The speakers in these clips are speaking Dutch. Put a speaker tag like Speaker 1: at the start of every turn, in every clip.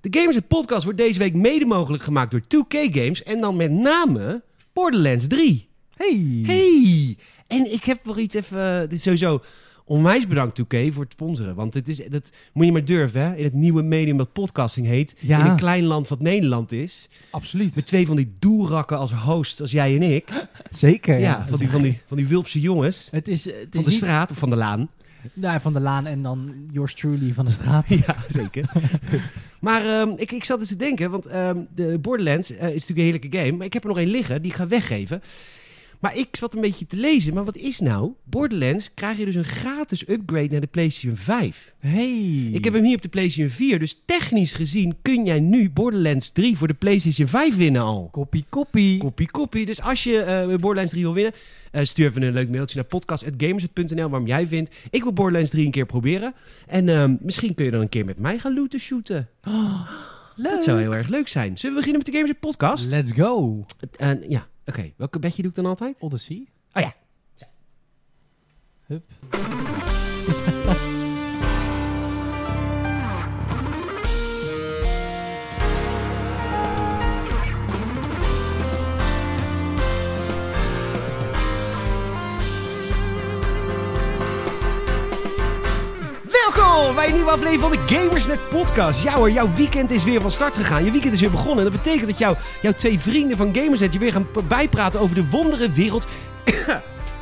Speaker 1: De Gamers en Podcast wordt deze week mede mogelijk gemaakt door 2K Games en dan met name Borderlands 3.
Speaker 2: Hey.
Speaker 1: Hey! En ik heb nog iets even... eh, Dit is sowieso onwijs bedankt 2K voor het sponsoren. Want het is, dat moet je maar durven, hè? In het nieuwe medium dat podcasting heet.
Speaker 2: Ja.
Speaker 1: In een klein land wat Nederland is. Met
Speaker 2: Absoluut.
Speaker 1: twee van die doelrakken als host, als jij en ik.
Speaker 2: Zeker.
Speaker 1: Ja, van, die, van, die, van die Wilpse jongens.
Speaker 2: Het is, eh, het
Speaker 1: Van
Speaker 2: is
Speaker 1: de
Speaker 2: niet-
Speaker 1: straat of van de laan.
Speaker 2: Nou, van de laan en dan yours truly van de straat.
Speaker 1: Ja, zeker. maar ehm, ik, ik zat eens te denken, want ehm, de Borderlands eh, is natuurlijk een heerlijke game. Maar ik heb er nog één liggen, die ik ga weggeven. Maar ik zat een beetje te lezen, maar wat is nou? Borderlands krijg je dus een gratis upgrade naar de PlayStation 5.
Speaker 2: Hey.
Speaker 1: Ik heb hem hier op de PlayStation 4, dus technisch gezien kun jij nu Borderlands 3 voor de PlayStation 5 winnen al.
Speaker 2: Koppie, koppie.
Speaker 1: Koppie, koppie. Dus als je eh Borderlands 3 wil winnen, eh, stuur even een leuk mailtje naar podcast.gamers.nl waarom jij vindt. Ik wil Borderlands 3 een keer proberen. En ehm, misschien kun je dan een keer met mij gaan looten shooten. Dat zou heel erg leuk zijn. Zullen we beginnen met de Gamers en Podcast?
Speaker 2: Let's go.
Speaker 1: En ja, oké. Welke bedje doe ik dan altijd?
Speaker 2: Odyssey.
Speaker 1: Oh ja.
Speaker 2: Hup.
Speaker 1: Welkom bij een nieuwe aflevering van de Gamersnet Podcast. Ja hoor, jouw weekend is weer van start gegaan. Je weekend is weer begonnen. En dat betekent dat jou, jouw twee vrienden van Gamersnet je weer gaan p- bijpraten over de wondere wereld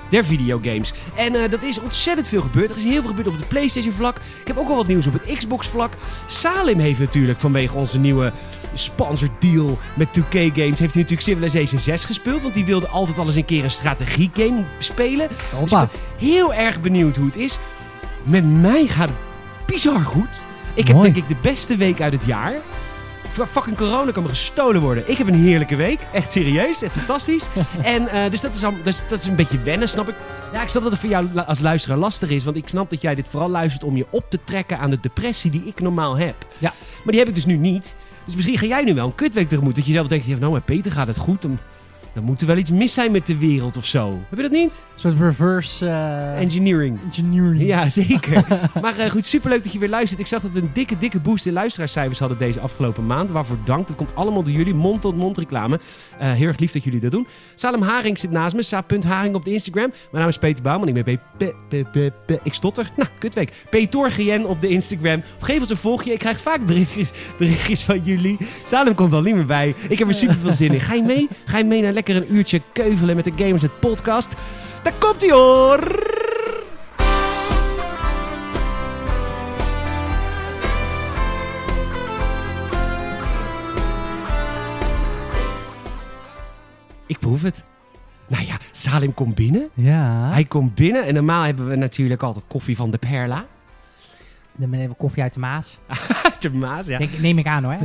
Speaker 1: der videogames. En eh, dat is ontzettend veel gebeurd. Er is heel veel gebeurd op het PlayStation vlak. Ik heb ook al wat nieuws op het Xbox vlak. Salim heeft natuurlijk vanwege onze nieuwe sponsordeal met 2K Games... heeft hij natuurlijk Civilization 6 gespeeld. Want die wilde altijd al eens een keer een strategiegame spelen.
Speaker 2: Hoppa.
Speaker 1: Dus ik ben heel erg benieuwd hoe het is. Met mij gaat het bizar goed. Ik heb
Speaker 2: Mooi.
Speaker 1: denk ik de beste week uit het jaar. F- Fucking corona kan me gestolen worden. Ik heb een heerlijke week. Echt serieus. Echt fantastisch. en eh, dus, dat is al, dus dat is een beetje wennen, snap ik. Ja, ik snap dat het voor jou la- als luisteraar lastig is. Want ik snap dat jij dit vooral luistert om je op te trekken aan de depressie die ik normaal heb.
Speaker 2: Ja.
Speaker 1: Maar die heb ik dus nu niet. Dus misschien ga jij nu wel een kutweek tegemoet. Dat je zelf denkt, ja, nou maar Peter gaat het goed. Dan, dan moet er wel iets mis zijn met de wereld of zo. Heb je dat niet?
Speaker 2: Een soort reverse eh,
Speaker 1: Engineering.
Speaker 2: engineering.
Speaker 1: Ja, zeker. maar eh, goed, superleuk dat je weer luistert. Ik zag dat we een dikke, dikke boost in luisteraarscijfers hadden deze afgelopen maand. Waarvoor dank. Dat komt allemaal door jullie. Mond-tot-mond reclame. Eh, heel erg lief dat jullie dat doen. Salem Haring zit naast me. Sa.haring op de Instagram. Mijn naam is Peter Bouwman. Ik ben bij Pe- Pe- Pe- Pe- Ik stotter. Nou, kutweek. Peter Gien op de Instagram. Of geef ons een volgje. Ik krijg vaak berichtjes, berichtjes van jullie. Salem komt al niet meer bij. Ik heb er super veel zin in. Ga je mee? Ga je mee naar lekker een uurtje keuvelen met de Gamers het podcast? Daar komt ie hoor! Ik proef het. Nou ja, Salim komt binnen.
Speaker 2: Ja.
Speaker 1: Hij komt binnen en normaal hebben we natuurlijk altijd koffie van de Perla.
Speaker 2: Dan ben even koffie uit de Maas.
Speaker 1: Uit de Maas, ja.
Speaker 2: Denk, neem ik aan hoor.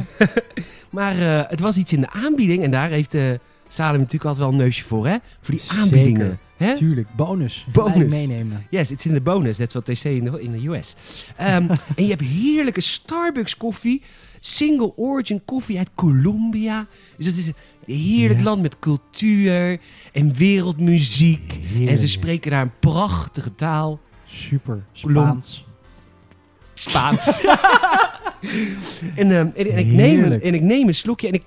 Speaker 1: Maar eh, het was iets in de aanbieding en daar heeft eh, Salim natuurlijk altijd wel een neusje voor, hè? Voor die
Speaker 2: Zeker.
Speaker 1: aanbiedingen. Hè?
Speaker 2: Tuurlijk. Bonus.
Speaker 1: Bonus.
Speaker 2: Gelijk meenemen.
Speaker 1: Yes, it's in de bonus. That's what they say in the, in the US. Ehm, en je hebt heerlijke Starbucks koffie. Single origin koffie uit Colombia. Dus het is een heerlijk
Speaker 2: Ja.
Speaker 1: land met cultuur en wereldmuziek. En ze
Speaker 2: Heerlijk.
Speaker 1: spreken daar een prachtige taal.
Speaker 2: Super.
Speaker 1: Kolom.
Speaker 2: Spaans.
Speaker 1: Spaans. en, ehm, en, en ik neem een,
Speaker 2: Heerlijk.
Speaker 1: en ik neem een slokje en ik,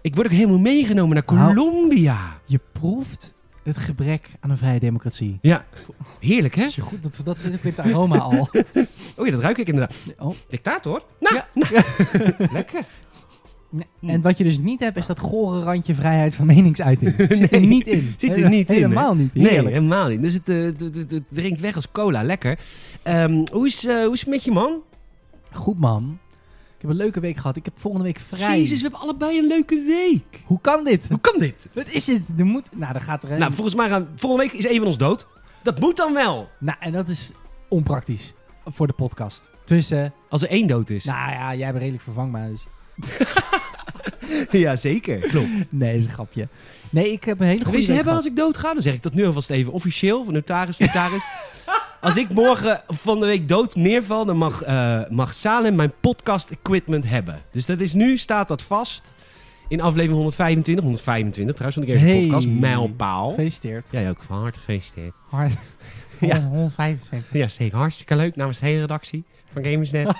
Speaker 1: ik word ook helemaal meegenomen naar
Speaker 2: Nou.
Speaker 1: Colombia.
Speaker 2: Je proeft het gebrek aan een vrije democratie.
Speaker 1: Ja, heerlijk hè?
Speaker 2: Als je goed, dat, dat klinkt het aroma al.
Speaker 1: Oh ja, dat ruik ik inderdaad.
Speaker 2: Oh.
Speaker 1: Dictator? Nou,
Speaker 2: Ja.
Speaker 1: nou. lekker.
Speaker 2: Nee, En wat je dus niet hebt, is dat gore randje vrijheid van meningsuiting. Zit er
Speaker 1: Nee,
Speaker 2: niet in.
Speaker 1: zit er niet in, hè?
Speaker 2: Helemaal niet.
Speaker 1: Nee,
Speaker 2: Heerlijk.
Speaker 1: helemaal niet. Dus het, eh, het, het, het- het drinkt weg als cola, lekker. Ehm, hoe, is, eh, hoe is het met je man?
Speaker 2: Goed man. Ik heb een leuke week gehad. Ik heb volgende week vrij.
Speaker 1: Jezus, we hebben allebei een leuke week.
Speaker 2: Hoe kan dit?
Speaker 1: Hoe kan dit?
Speaker 2: Wat is dit? Er moet... Nou, dan gaat er... een-
Speaker 1: Nou, volgens mij gaan... Volgende week is één van ons dood. Dat moet dan wel.
Speaker 2: nou, en dat is onpraktisch voor de podcast. Tussen...
Speaker 1: Als er één dood is.
Speaker 2: Nou ja, jij bent redelijk vervangbaar. Dus...
Speaker 1: Ja, zeker. Klopt.
Speaker 2: Nee, dat is een grapje. Nee, ik heb een hele goede
Speaker 1: Wil je
Speaker 2: week
Speaker 1: ze hebben
Speaker 2: gehad.
Speaker 1: als ik dood ga? Dan zeg ik dat nu alvast even officieel, van notaris, notaris. als ik morgen van de week dood neerval, dan mag, eh, mag Salem mijn podcast equipment hebben. Dus dat is nu, staat dat vast. In aflevering 125, 125 trouwens, van de Gamers
Speaker 2: Hey.
Speaker 1: Podcast, mijlpaal.
Speaker 2: Gefeliciteerd.
Speaker 1: Jij ook, van harte gefeliciteerd.
Speaker 2: Hard.
Speaker 1: Ja.
Speaker 2: 175.
Speaker 1: Ja, zeker. Hartstikke leuk namens de hele redactie van Gamersnet.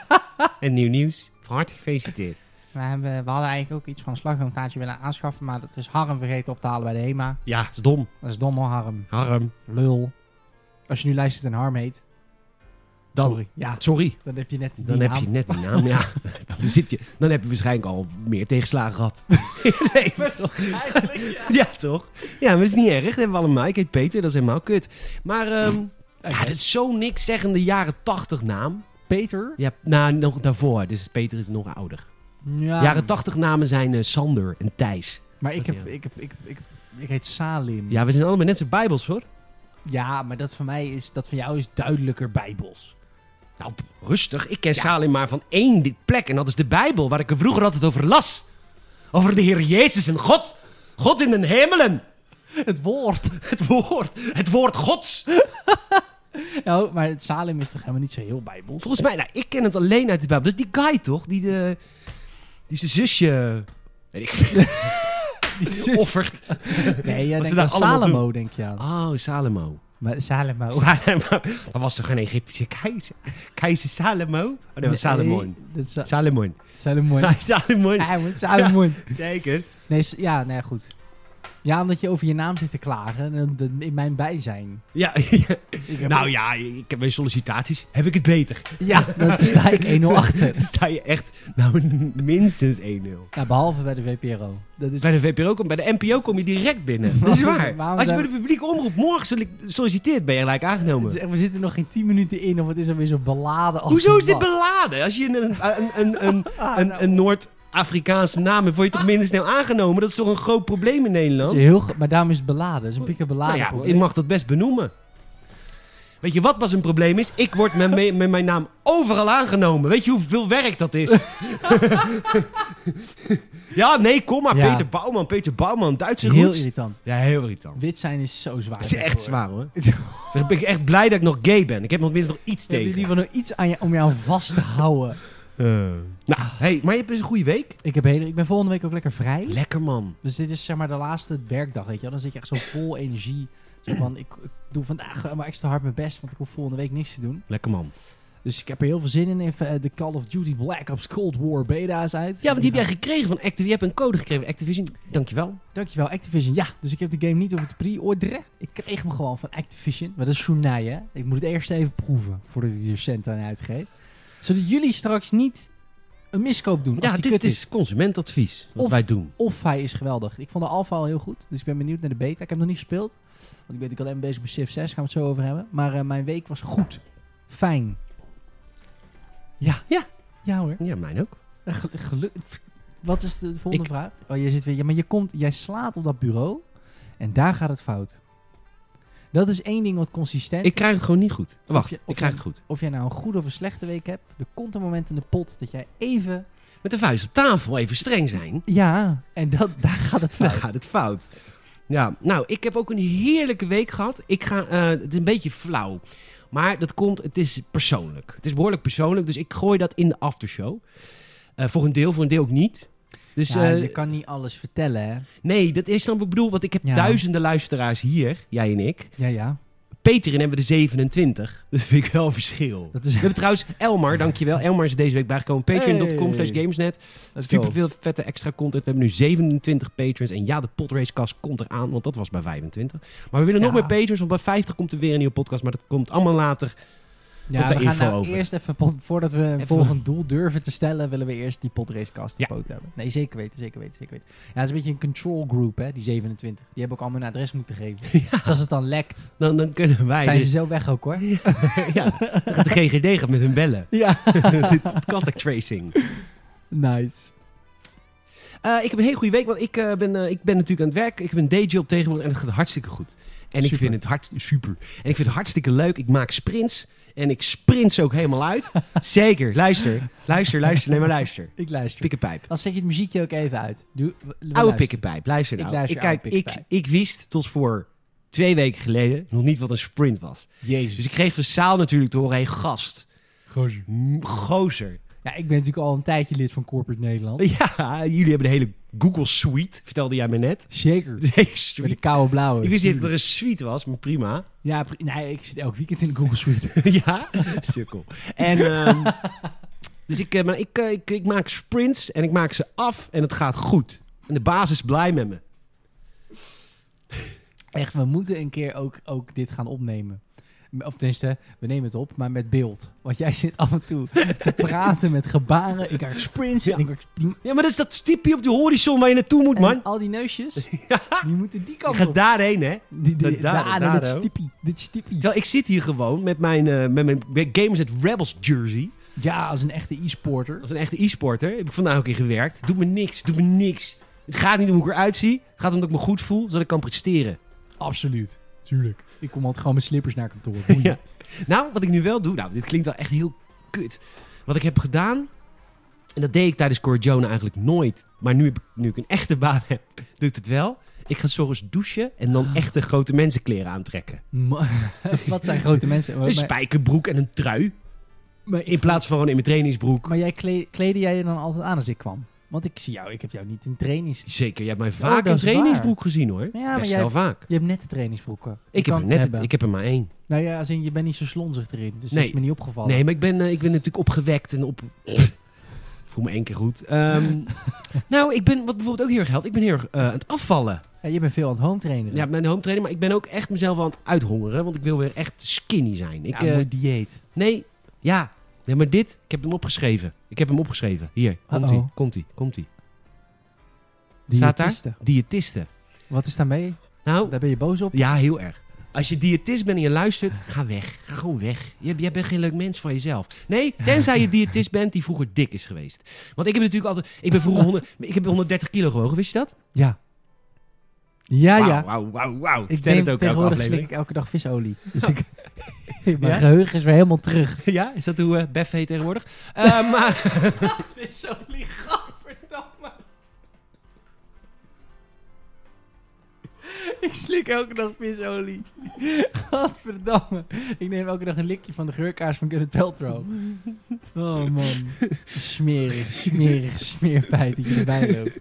Speaker 1: en Nieuw Nieuws, van harte gefeliciteerd.
Speaker 2: We, hebben, we hadden eigenlijk ook iets van een slagroomtaartje willen aanschaffen, maar dat is Harm vergeten op te halen bij de HEMA.
Speaker 1: Ja, is dom.
Speaker 2: Dat is dom hoor, Harm.
Speaker 1: Harm.
Speaker 2: Lul. Als je nu luistert en Harm heet,
Speaker 1: Dan, sorry.
Speaker 2: sorry. Ja, dan heb je net die
Speaker 1: Dan heb
Speaker 2: naam.
Speaker 1: je net die naam, ja. Dan, zit je, dan heb je waarschijnlijk al meer tegenslagen gehad. nee, toch? ja, toch? Ja, maar dat is niet erg. Dat hebben we allemaal. Ik heet Peter, dat is helemaal kut. Maar ehm,
Speaker 2: Oké.
Speaker 1: ja, dat is zo'n niks zeggende jaren tachtig naam.
Speaker 2: Peter?
Speaker 1: Ja, nou, nog daarvoor. Dus Peter is nog ouder.
Speaker 2: Ja,
Speaker 1: Jaren tachtig namen zijn eh, Sander en Thijs.
Speaker 2: maar ik,
Speaker 1: Dat-
Speaker 2: heb,
Speaker 1: ja.
Speaker 2: ik, heb, ik, ik, ik heet Salim.
Speaker 1: Ja, we zijn allemaal net zo bijbels, hoor.
Speaker 2: Ja, maar dat van mij is, dat van jou is duidelijker bijbels.
Speaker 1: Nou, p- rustig. Ik ken Salim maar van één di- plek. En dat is de Bijbel, waar ik er vroeger altijd over las. Over de Heer Jezus en God. God in de hemelen.
Speaker 2: Het woord.
Speaker 1: Het woord. Het woord Gods.
Speaker 2: Nou, maar het Salim is toch helemaal niet zo heel bijbels?
Speaker 1: Volgens mij, nou, ik ken het alleen uit de Bijbel. Dus die guy toch? Die, de, die zijn zusje... Weet ik veel.
Speaker 2: Die
Speaker 1: offert.
Speaker 2: Nee, jij
Speaker 1: Wat ze
Speaker 2: denkt aan
Speaker 1: daar allemaal
Speaker 2: Salomo, denk je aan.
Speaker 1: Oh, Salomo.
Speaker 2: Maar Salomo.
Speaker 1: Salomo. Dat was toch geen Egyptische keizer? Keizer Salomo? Oh nee, dat was Salomon.
Speaker 2: Nee, dat is Sa-
Speaker 1: Salomon.
Speaker 2: Salomon.
Speaker 1: Salomon.
Speaker 2: Ja, maar Salomon.
Speaker 1: Zeker.
Speaker 2: Nee, s- ja, nee, goed. Ja, omdat je over je naam zit te klagen en dat in mijn bijzijn.
Speaker 1: Ja,
Speaker 2: Ik heb-
Speaker 1: Nou ja, ik heb mijn sollicitaties. Heb ik het beter?
Speaker 2: Ja, dan sta ik 1-0 achter.
Speaker 1: Dan sta je echt, nou, minstens 1-0.
Speaker 2: Ja, behalve bij de VPRO. Dat is...
Speaker 1: Bij de VPRO, kom- bij de NPO kom je direct binnen. Dat
Speaker 2: Wat
Speaker 1: is
Speaker 2: is-
Speaker 1: waar.
Speaker 2: waarom
Speaker 1: Als je bij
Speaker 2: zijn-
Speaker 1: de publieke omroep morgen soli- solliciteert, ben je gelijk
Speaker 2: Het is
Speaker 1: aangenomen.
Speaker 2: echt, we zitten nog geen 10 minuten in of het is alweer zo beladen als
Speaker 1: Hoezo is dit
Speaker 2: wat.
Speaker 1: beladen? Als je een, een, een, een,
Speaker 2: Ah, nou,
Speaker 1: een, een Noord-Afrikaanse naam hebt, word je toch minder snel aangenomen? Dat is toch een groot probleem in
Speaker 2: het
Speaker 1: Nederland?
Speaker 2: is heel, ge- maar daarom is het beladen. Het is een pikke
Speaker 1: Nou
Speaker 2: beladen.
Speaker 1: ja,
Speaker 2: hoor.
Speaker 1: ik mag dat best benoemen. Weet je wat pas een probleem is? Ik word met, me- met mijn naam overal aangenomen. Weet je hoeveel werk dat is? ja, nee, kom maar.
Speaker 2: Ja.
Speaker 1: Peter Bouwman, Peter Bouwman, Duitse
Speaker 2: heel
Speaker 1: roots.
Speaker 2: irritant.
Speaker 1: Ja, heel irritant.
Speaker 2: Wit zijn is zo zwaar.
Speaker 1: Dat is echt zwaar hoor.
Speaker 2: Ja.
Speaker 1: Dan ben ik echt blij dat ik nog gay ben. Ik heb nog minstens nog iets
Speaker 2: Ik heb in
Speaker 1: tegen.
Speaker 2: ieder geval nog iets aan je, om jou vast te houden.
Speaker 1: Eh, nou, hey, maar je hebt dus een goede week.
Speaker 2: Ik, heb hele, ik ben volgende week ook lekker vrij.
Speaker 1: Lekker man.
Speaker 2: Dus dit is zeg maar de laatste werkdag, weet je wel. Dan zit je echt zo vol energie. Zo van, ik, ik doe vandaag eh, maar extra hard mijn best, want ik hoef volgende week niks te doen.
Speaker 1: Lekker man.
Speaker 2: Dus ik heb er heel veel zin in. Even, eh, de Call of Duty Black Ops Cold War beta is uit.
Speaker 1: Ja, want die heb jij gekregen van Activision. Je hebt een code gekregen van Activision. Dankjewel.
Speaker 2: Dankjewel, Activision. Ja, dus ik heb de game niet over te pre-orderen. Ik kreeg hem gewoon van Activision. Maar dat is Shunai, hè. Ik moet het eerst even proeven, voordat ik hier cent aan uitgeef. Zodat jullie straks niet een miskoop doen. als
Speaker 1: Ja,
Speaker 2: die
Speaker 1: dit
Speaker 2: kut
Speaker 1: is consumentadvies. Wat
Speaker 2: Of-
Speaker 1: wij doen.
Speaker 2: Of hij is geweldig. Ik vond de alfa al heel goed, dus ik ben benieuwd naar de beta. Ik heb hem nog niet gespeeld, want ik ben natuurlijk alleen bezig met Civ 6. Gaan we het zo over hebben. Maar eh, mijn week was goed. Fijn. Ja.
Speaker 1: Ja.
Speaker 2: Ja hoor.
Speaker 1: Ja, mijn ook.
Speaker 2: Eh, gel- geluk- Wat is de volgende
Speaker 1: Ik-
Speaker 2: vraag? Oh, jij zit weer... Ja, maar je komt... Jij slaat op dat bureau en daar gaat het fout. Dat is één ding wat consistent
Speaker 1: Ik
Speaker 2: is.
Speaker 1: krijg het gewoon niet goed. Wacht,
Speaker 2: je- of
Speaker 1: ik krijg
Speaker 2: je-
Speaker 1: het goed.
Speaker 2: Of jij nou een goede of een slechte week hebt, er komt een moment in de pot dat jij even...
Speaker 1: Met de vuist op tafel even streng zijn.
Speaker 2: Ja, en dat, daar gaat het
Speaker 1: Dan
Speaker 2: fout.
Speaker 1: gaat het fout. Ja, nou, ik heb ook een heerlijke week gehad. Ik ga, eh, het is een beetje flauw. Maar dat komt, het is persoonlijk. Het is behoorlijk persoonlijk, dus ik gooi dat in de aftershow. Eh, voor een deel, voor een deel ook niet. Dus
Speaker 2: Ja,
Speaker 1: eh,
Speaker 2: je kan niet alles vertellen, hè?
Speaker 1: nee, dat is dan wat ik bedoel, want ik heb
Speaker 2: Ja.
Speaker 1: duizenden luisteraars hier, jij en ik.
Speaker 2: Ja, ja.
Speaker 1: Peter en hebben we de 27. Dat vind ik wel een verschil.
Speaker 2: Dat is
Speaker 1: We hebben trouwens Elmar, dankjewel. Elmar is deze week bijgekomen. Patreon.com slash
Speaker 2: Hey.
Speaker 1: Gamesnet. Super veel vette extra content. We hebben nu 27 patrons. En ja, de podracecast komt eraan, want dat was bij 25. Maar we willen nog
Speaker 2: Ja.
Speaker 1: meer patrons, want bij 50 komt er weer een nieuwe podcast. Maar dat komt allemaal later.
Speaker 2: Ja,
Speaker 1: Komt daar
Speaker 2: we gaan
Speaker 1: info
Speaker 2: nou
Speaker 1: over.
Speaker 2: eerst even, pot- voordat we een
Speaker 1: Even-
Speaker 2: volgend doel durven te stellen, willen we eerst die potracecast
Speaker 1: Ja.
Speaker 2: op poot hebben. Nee, zeker weten, zeker weten, zeker weten. Ja, het is een beetje een control group, hè, die 27. Die hebben ook allemaal een adres moeten geven. Dus als het dan lekt,
Speaker 1: Dan, dan kunnen wij...
Speaker 2: zijn ze
Speaker 1: dus-
Speaker 2: zo weg ook, hoor.
Speaker 1: ja, dan gaat de GGD gaat met hun bellen.
Speaker 2: Ja.
Speaker 1: Dit Contact tracing.
Speaker 2: Nice.
Speaker 1: Eh, ik heb een hele goede week, want ik, eh, ben, eh, ik ben natuurlijk aan het werk. Ik heb een dayjob tegenwoordig en het gaat hartstikke goed. En ik
Speaker 2: Super.
Speaker 1: vind het hart super. En ik vind het hartstikke leuk. Ik maak sprints en ik sprint ze ook helemaal uit. Zeker, luister. Luister, luister, nee maar luister.
Speaker 2: Ik luister.
Speaker 1: Pik een pijp.
Speaker 2: Dan zet je het muziekje ook even uit. Doe, we- we
Speaker 1: Oude
Speaker 2: luisteren.
Speaker 1: pikkenpijp, luister
Speaker 2: Ik
Speaker 1: nou.
Speaker 2: luister
Speaker 1: kijk,
Speaker 2: oude
Speaker 1: ik,
Speaker 2: pikkenpijp.
Speaker 1: ik wist tot voor twee weken geleden nog niet wat een sprint was. Dus
Speaker 2: Jezus.
Speaker 1: ik kreeg van Saal natuurlijk te horen, hey, gast, m- gozer.
Speaker 2: Ja, ik ben natuurlijk al een tijdje lid van Corporate Nederland.
Speaker 1: Ja, jullie hebben de hele Google Suite, vertelde jij me net.
Speaker 2: Zeker.
Speaker 1: De hele
Speaker 2: Met de
Speaker 1: suite.
Speaker 2: koude blauwe.
Speaker 1: Ik wist niet dat er een suite was, maar prima.
Speaker 2: Ja, pri- nee, ik zit elk weekend in de Google Suite.
Speaker 1: ja, sukkel. En, ehm, Dus ik, eh, maar ik, eh, ik, ik maak sprints en ik maak ze af en het gaat goed. En de baas is blij met me.
Speaker 2: Echt, we moeten een keer ook, ook dit gaan opnemen. Of tenminste, we nemen het op, maar met beeld. Want jij zit af en toe te praten met gebaren. Ik maak sprints
Speaker 1: Ja.
Speaker 2: en ik maak spring-
Speaker 1: Ja, maar dat is dat stipje op de horizon waar je naartoe moet, man.
Speaker 2: En al die neusjes, die moeten die
Speaker 1: Ik
Speaker 2: kant
Speaker 1: ga
Speaker 2: op.
Speaker 1: daarheen, hè.
Speaker 2: Die, die,
Speaker 1: da-
Speaker 2: daar,
Speaker 1: daar,
Speaker 2: dit
Speaker 1: hoor.
Speaker 2: stippie, dit stippie.
Speaker 1: Terwijl ik zit hier gewoon met mijn, eh, met mijn Games at Rebels jersey.
Speaker 2: Ja, als een echte e-sporter.
Speaker 1: Als een echte e-sporter heb ik vandaag ook in gewerkt. Doet me niks, doet me niks. Het gaat niet om hoe ik eruit zie. Het gaat om dat ik me goed voel, zodat ik kan presteren.
Speaker 2: Absoluut. Tuurlijk. Ik kom altijd gewoon met slippers naar kantoor. Boeien.
Speaker 1: Ja. Nou, wat ik nu wel doe, nou, dit klinkt wel echt heel kut. Wat ik heb gedaan, en dat deed ik tijdens Corjona eigenlijk nooit. Maar nu, heb ik, nu ik een echte baan heb, doe ik het wel. Ik ga 's ochtends douchen en dan echte grote mensenkleren aantrekken.
Speaker 2: Ma- Wat zijn grote mensen? Maar,
Speaker 1: Een spijkerbroek en een trui.
Speaker 2: maar-
Speaker 1: In plaats van gewoon in mijn trainingsbroek.
Speaker 2: maar jij kle- kleedde jij je dan altijd aan als ik kwam? Want ik zie jou, ik heb jou niet in trainings.
Speaker 1: Zeker, jij hebt mij
Speaker 2: Oh,
Speaker 1: vaak
Speaker 2: dat
Speaker 1: in
Speaker 2: is waar.
Speaker 1: trainingsbroek gezien hoor.
Speaker 2: Ja, maar
Speaker 1: Best
Speaker 2: jij-
Speaker 1: wel vaak.
Speaker 2: Je hebt net de trainingsbroeken. Je
Speaker 1: Ik heb,
Speaker 2: kan
Speaker 1: er
Speaker 2: het
Speaker 1: net,
Speaker 2: hebben.
Speaker 1: ik heb er maar één.
Speaker 2: Nou ja, als in, je bent niet zo slonzig erin. Dus dat
Speaker 1: Nee.
Speaker 2: is me niet opgevallen.
Speaker 1: Nee, maar ik ben, eh, ik ben natuurlijk opgewekt en op. voel me één keer goed. Ehm, nou, ik ben, wat bijvoorbeeld ook heel erg helpt, ik ben heel erg eh, aan het afvallen.
Speaker 2: Ja, je bent veel aan het home trainen.
Speaker 1: Ja, mijn home trainer, maar ik ben ook echt mezelf aan het uithongeren, want ik wil weer echt skinny zijn. Ik,
Speaker 2: ik,
Speaker 1: eh,
Speaker 2: mooi dieet.
Speaker 1: nee, ja. Nee, maar dit, ik heb hem opgeschreven. Ik heb hem opgeschreven. Hier, komt hij,
Speaker 2: Uh-oh.
Speaker 1: komt hij, komt hij. Staat daar?
Speaker 2: Diëtiste.
Speaker 1: Diëtisten.
Speaker 2: Wat is daarmee?
Speaker 1: Nou,
Speaker 2: Daar ben je boos op?
Speaker 1: ja, heel erg. Als je diëtist bent en je luistert, ga weg. Ga gewoon weg. Jij, jij bent geen leuk mens van jezelf. Nee, tenzij je diëtist bent die vroeger dik is geweest. Want ik heb natuurlijk altijd... Ik ben vroeger 100, ik heb 130 kilo gewogen, wist je dat?
Speaker 2: Ja. Ja,
Speaker 1: Wauw,
Speaker 2: Ah, ja.
Speaker 1: Wauw, wauw, wauw.
Speaker 2: Ik
Speaker 1: Vertel
Speaker 2: neem
Speaker 1: het ook elke
Speaker 2: tegenwoordig slik
Speaker 1: aflevering.
Speaker 2: ik elke dag visolie. Dus ik, mijn
Speaker 1: Ja?
Speaker 2: geheugen is weer helemaal terug.
Speaker 1: Ja, is dat hoe eh, Bef heet tegenwoordig? Eh, maar...
Speaker 2: Visolie, gadverdamme. Ik slik elke dag visolie. Gadverdamme. Ik neem elke dag een likje van de geurkaars van Gwyneth Paltrow. Oh man. Smerig, smerig smeerpijt dat je erbij loopt.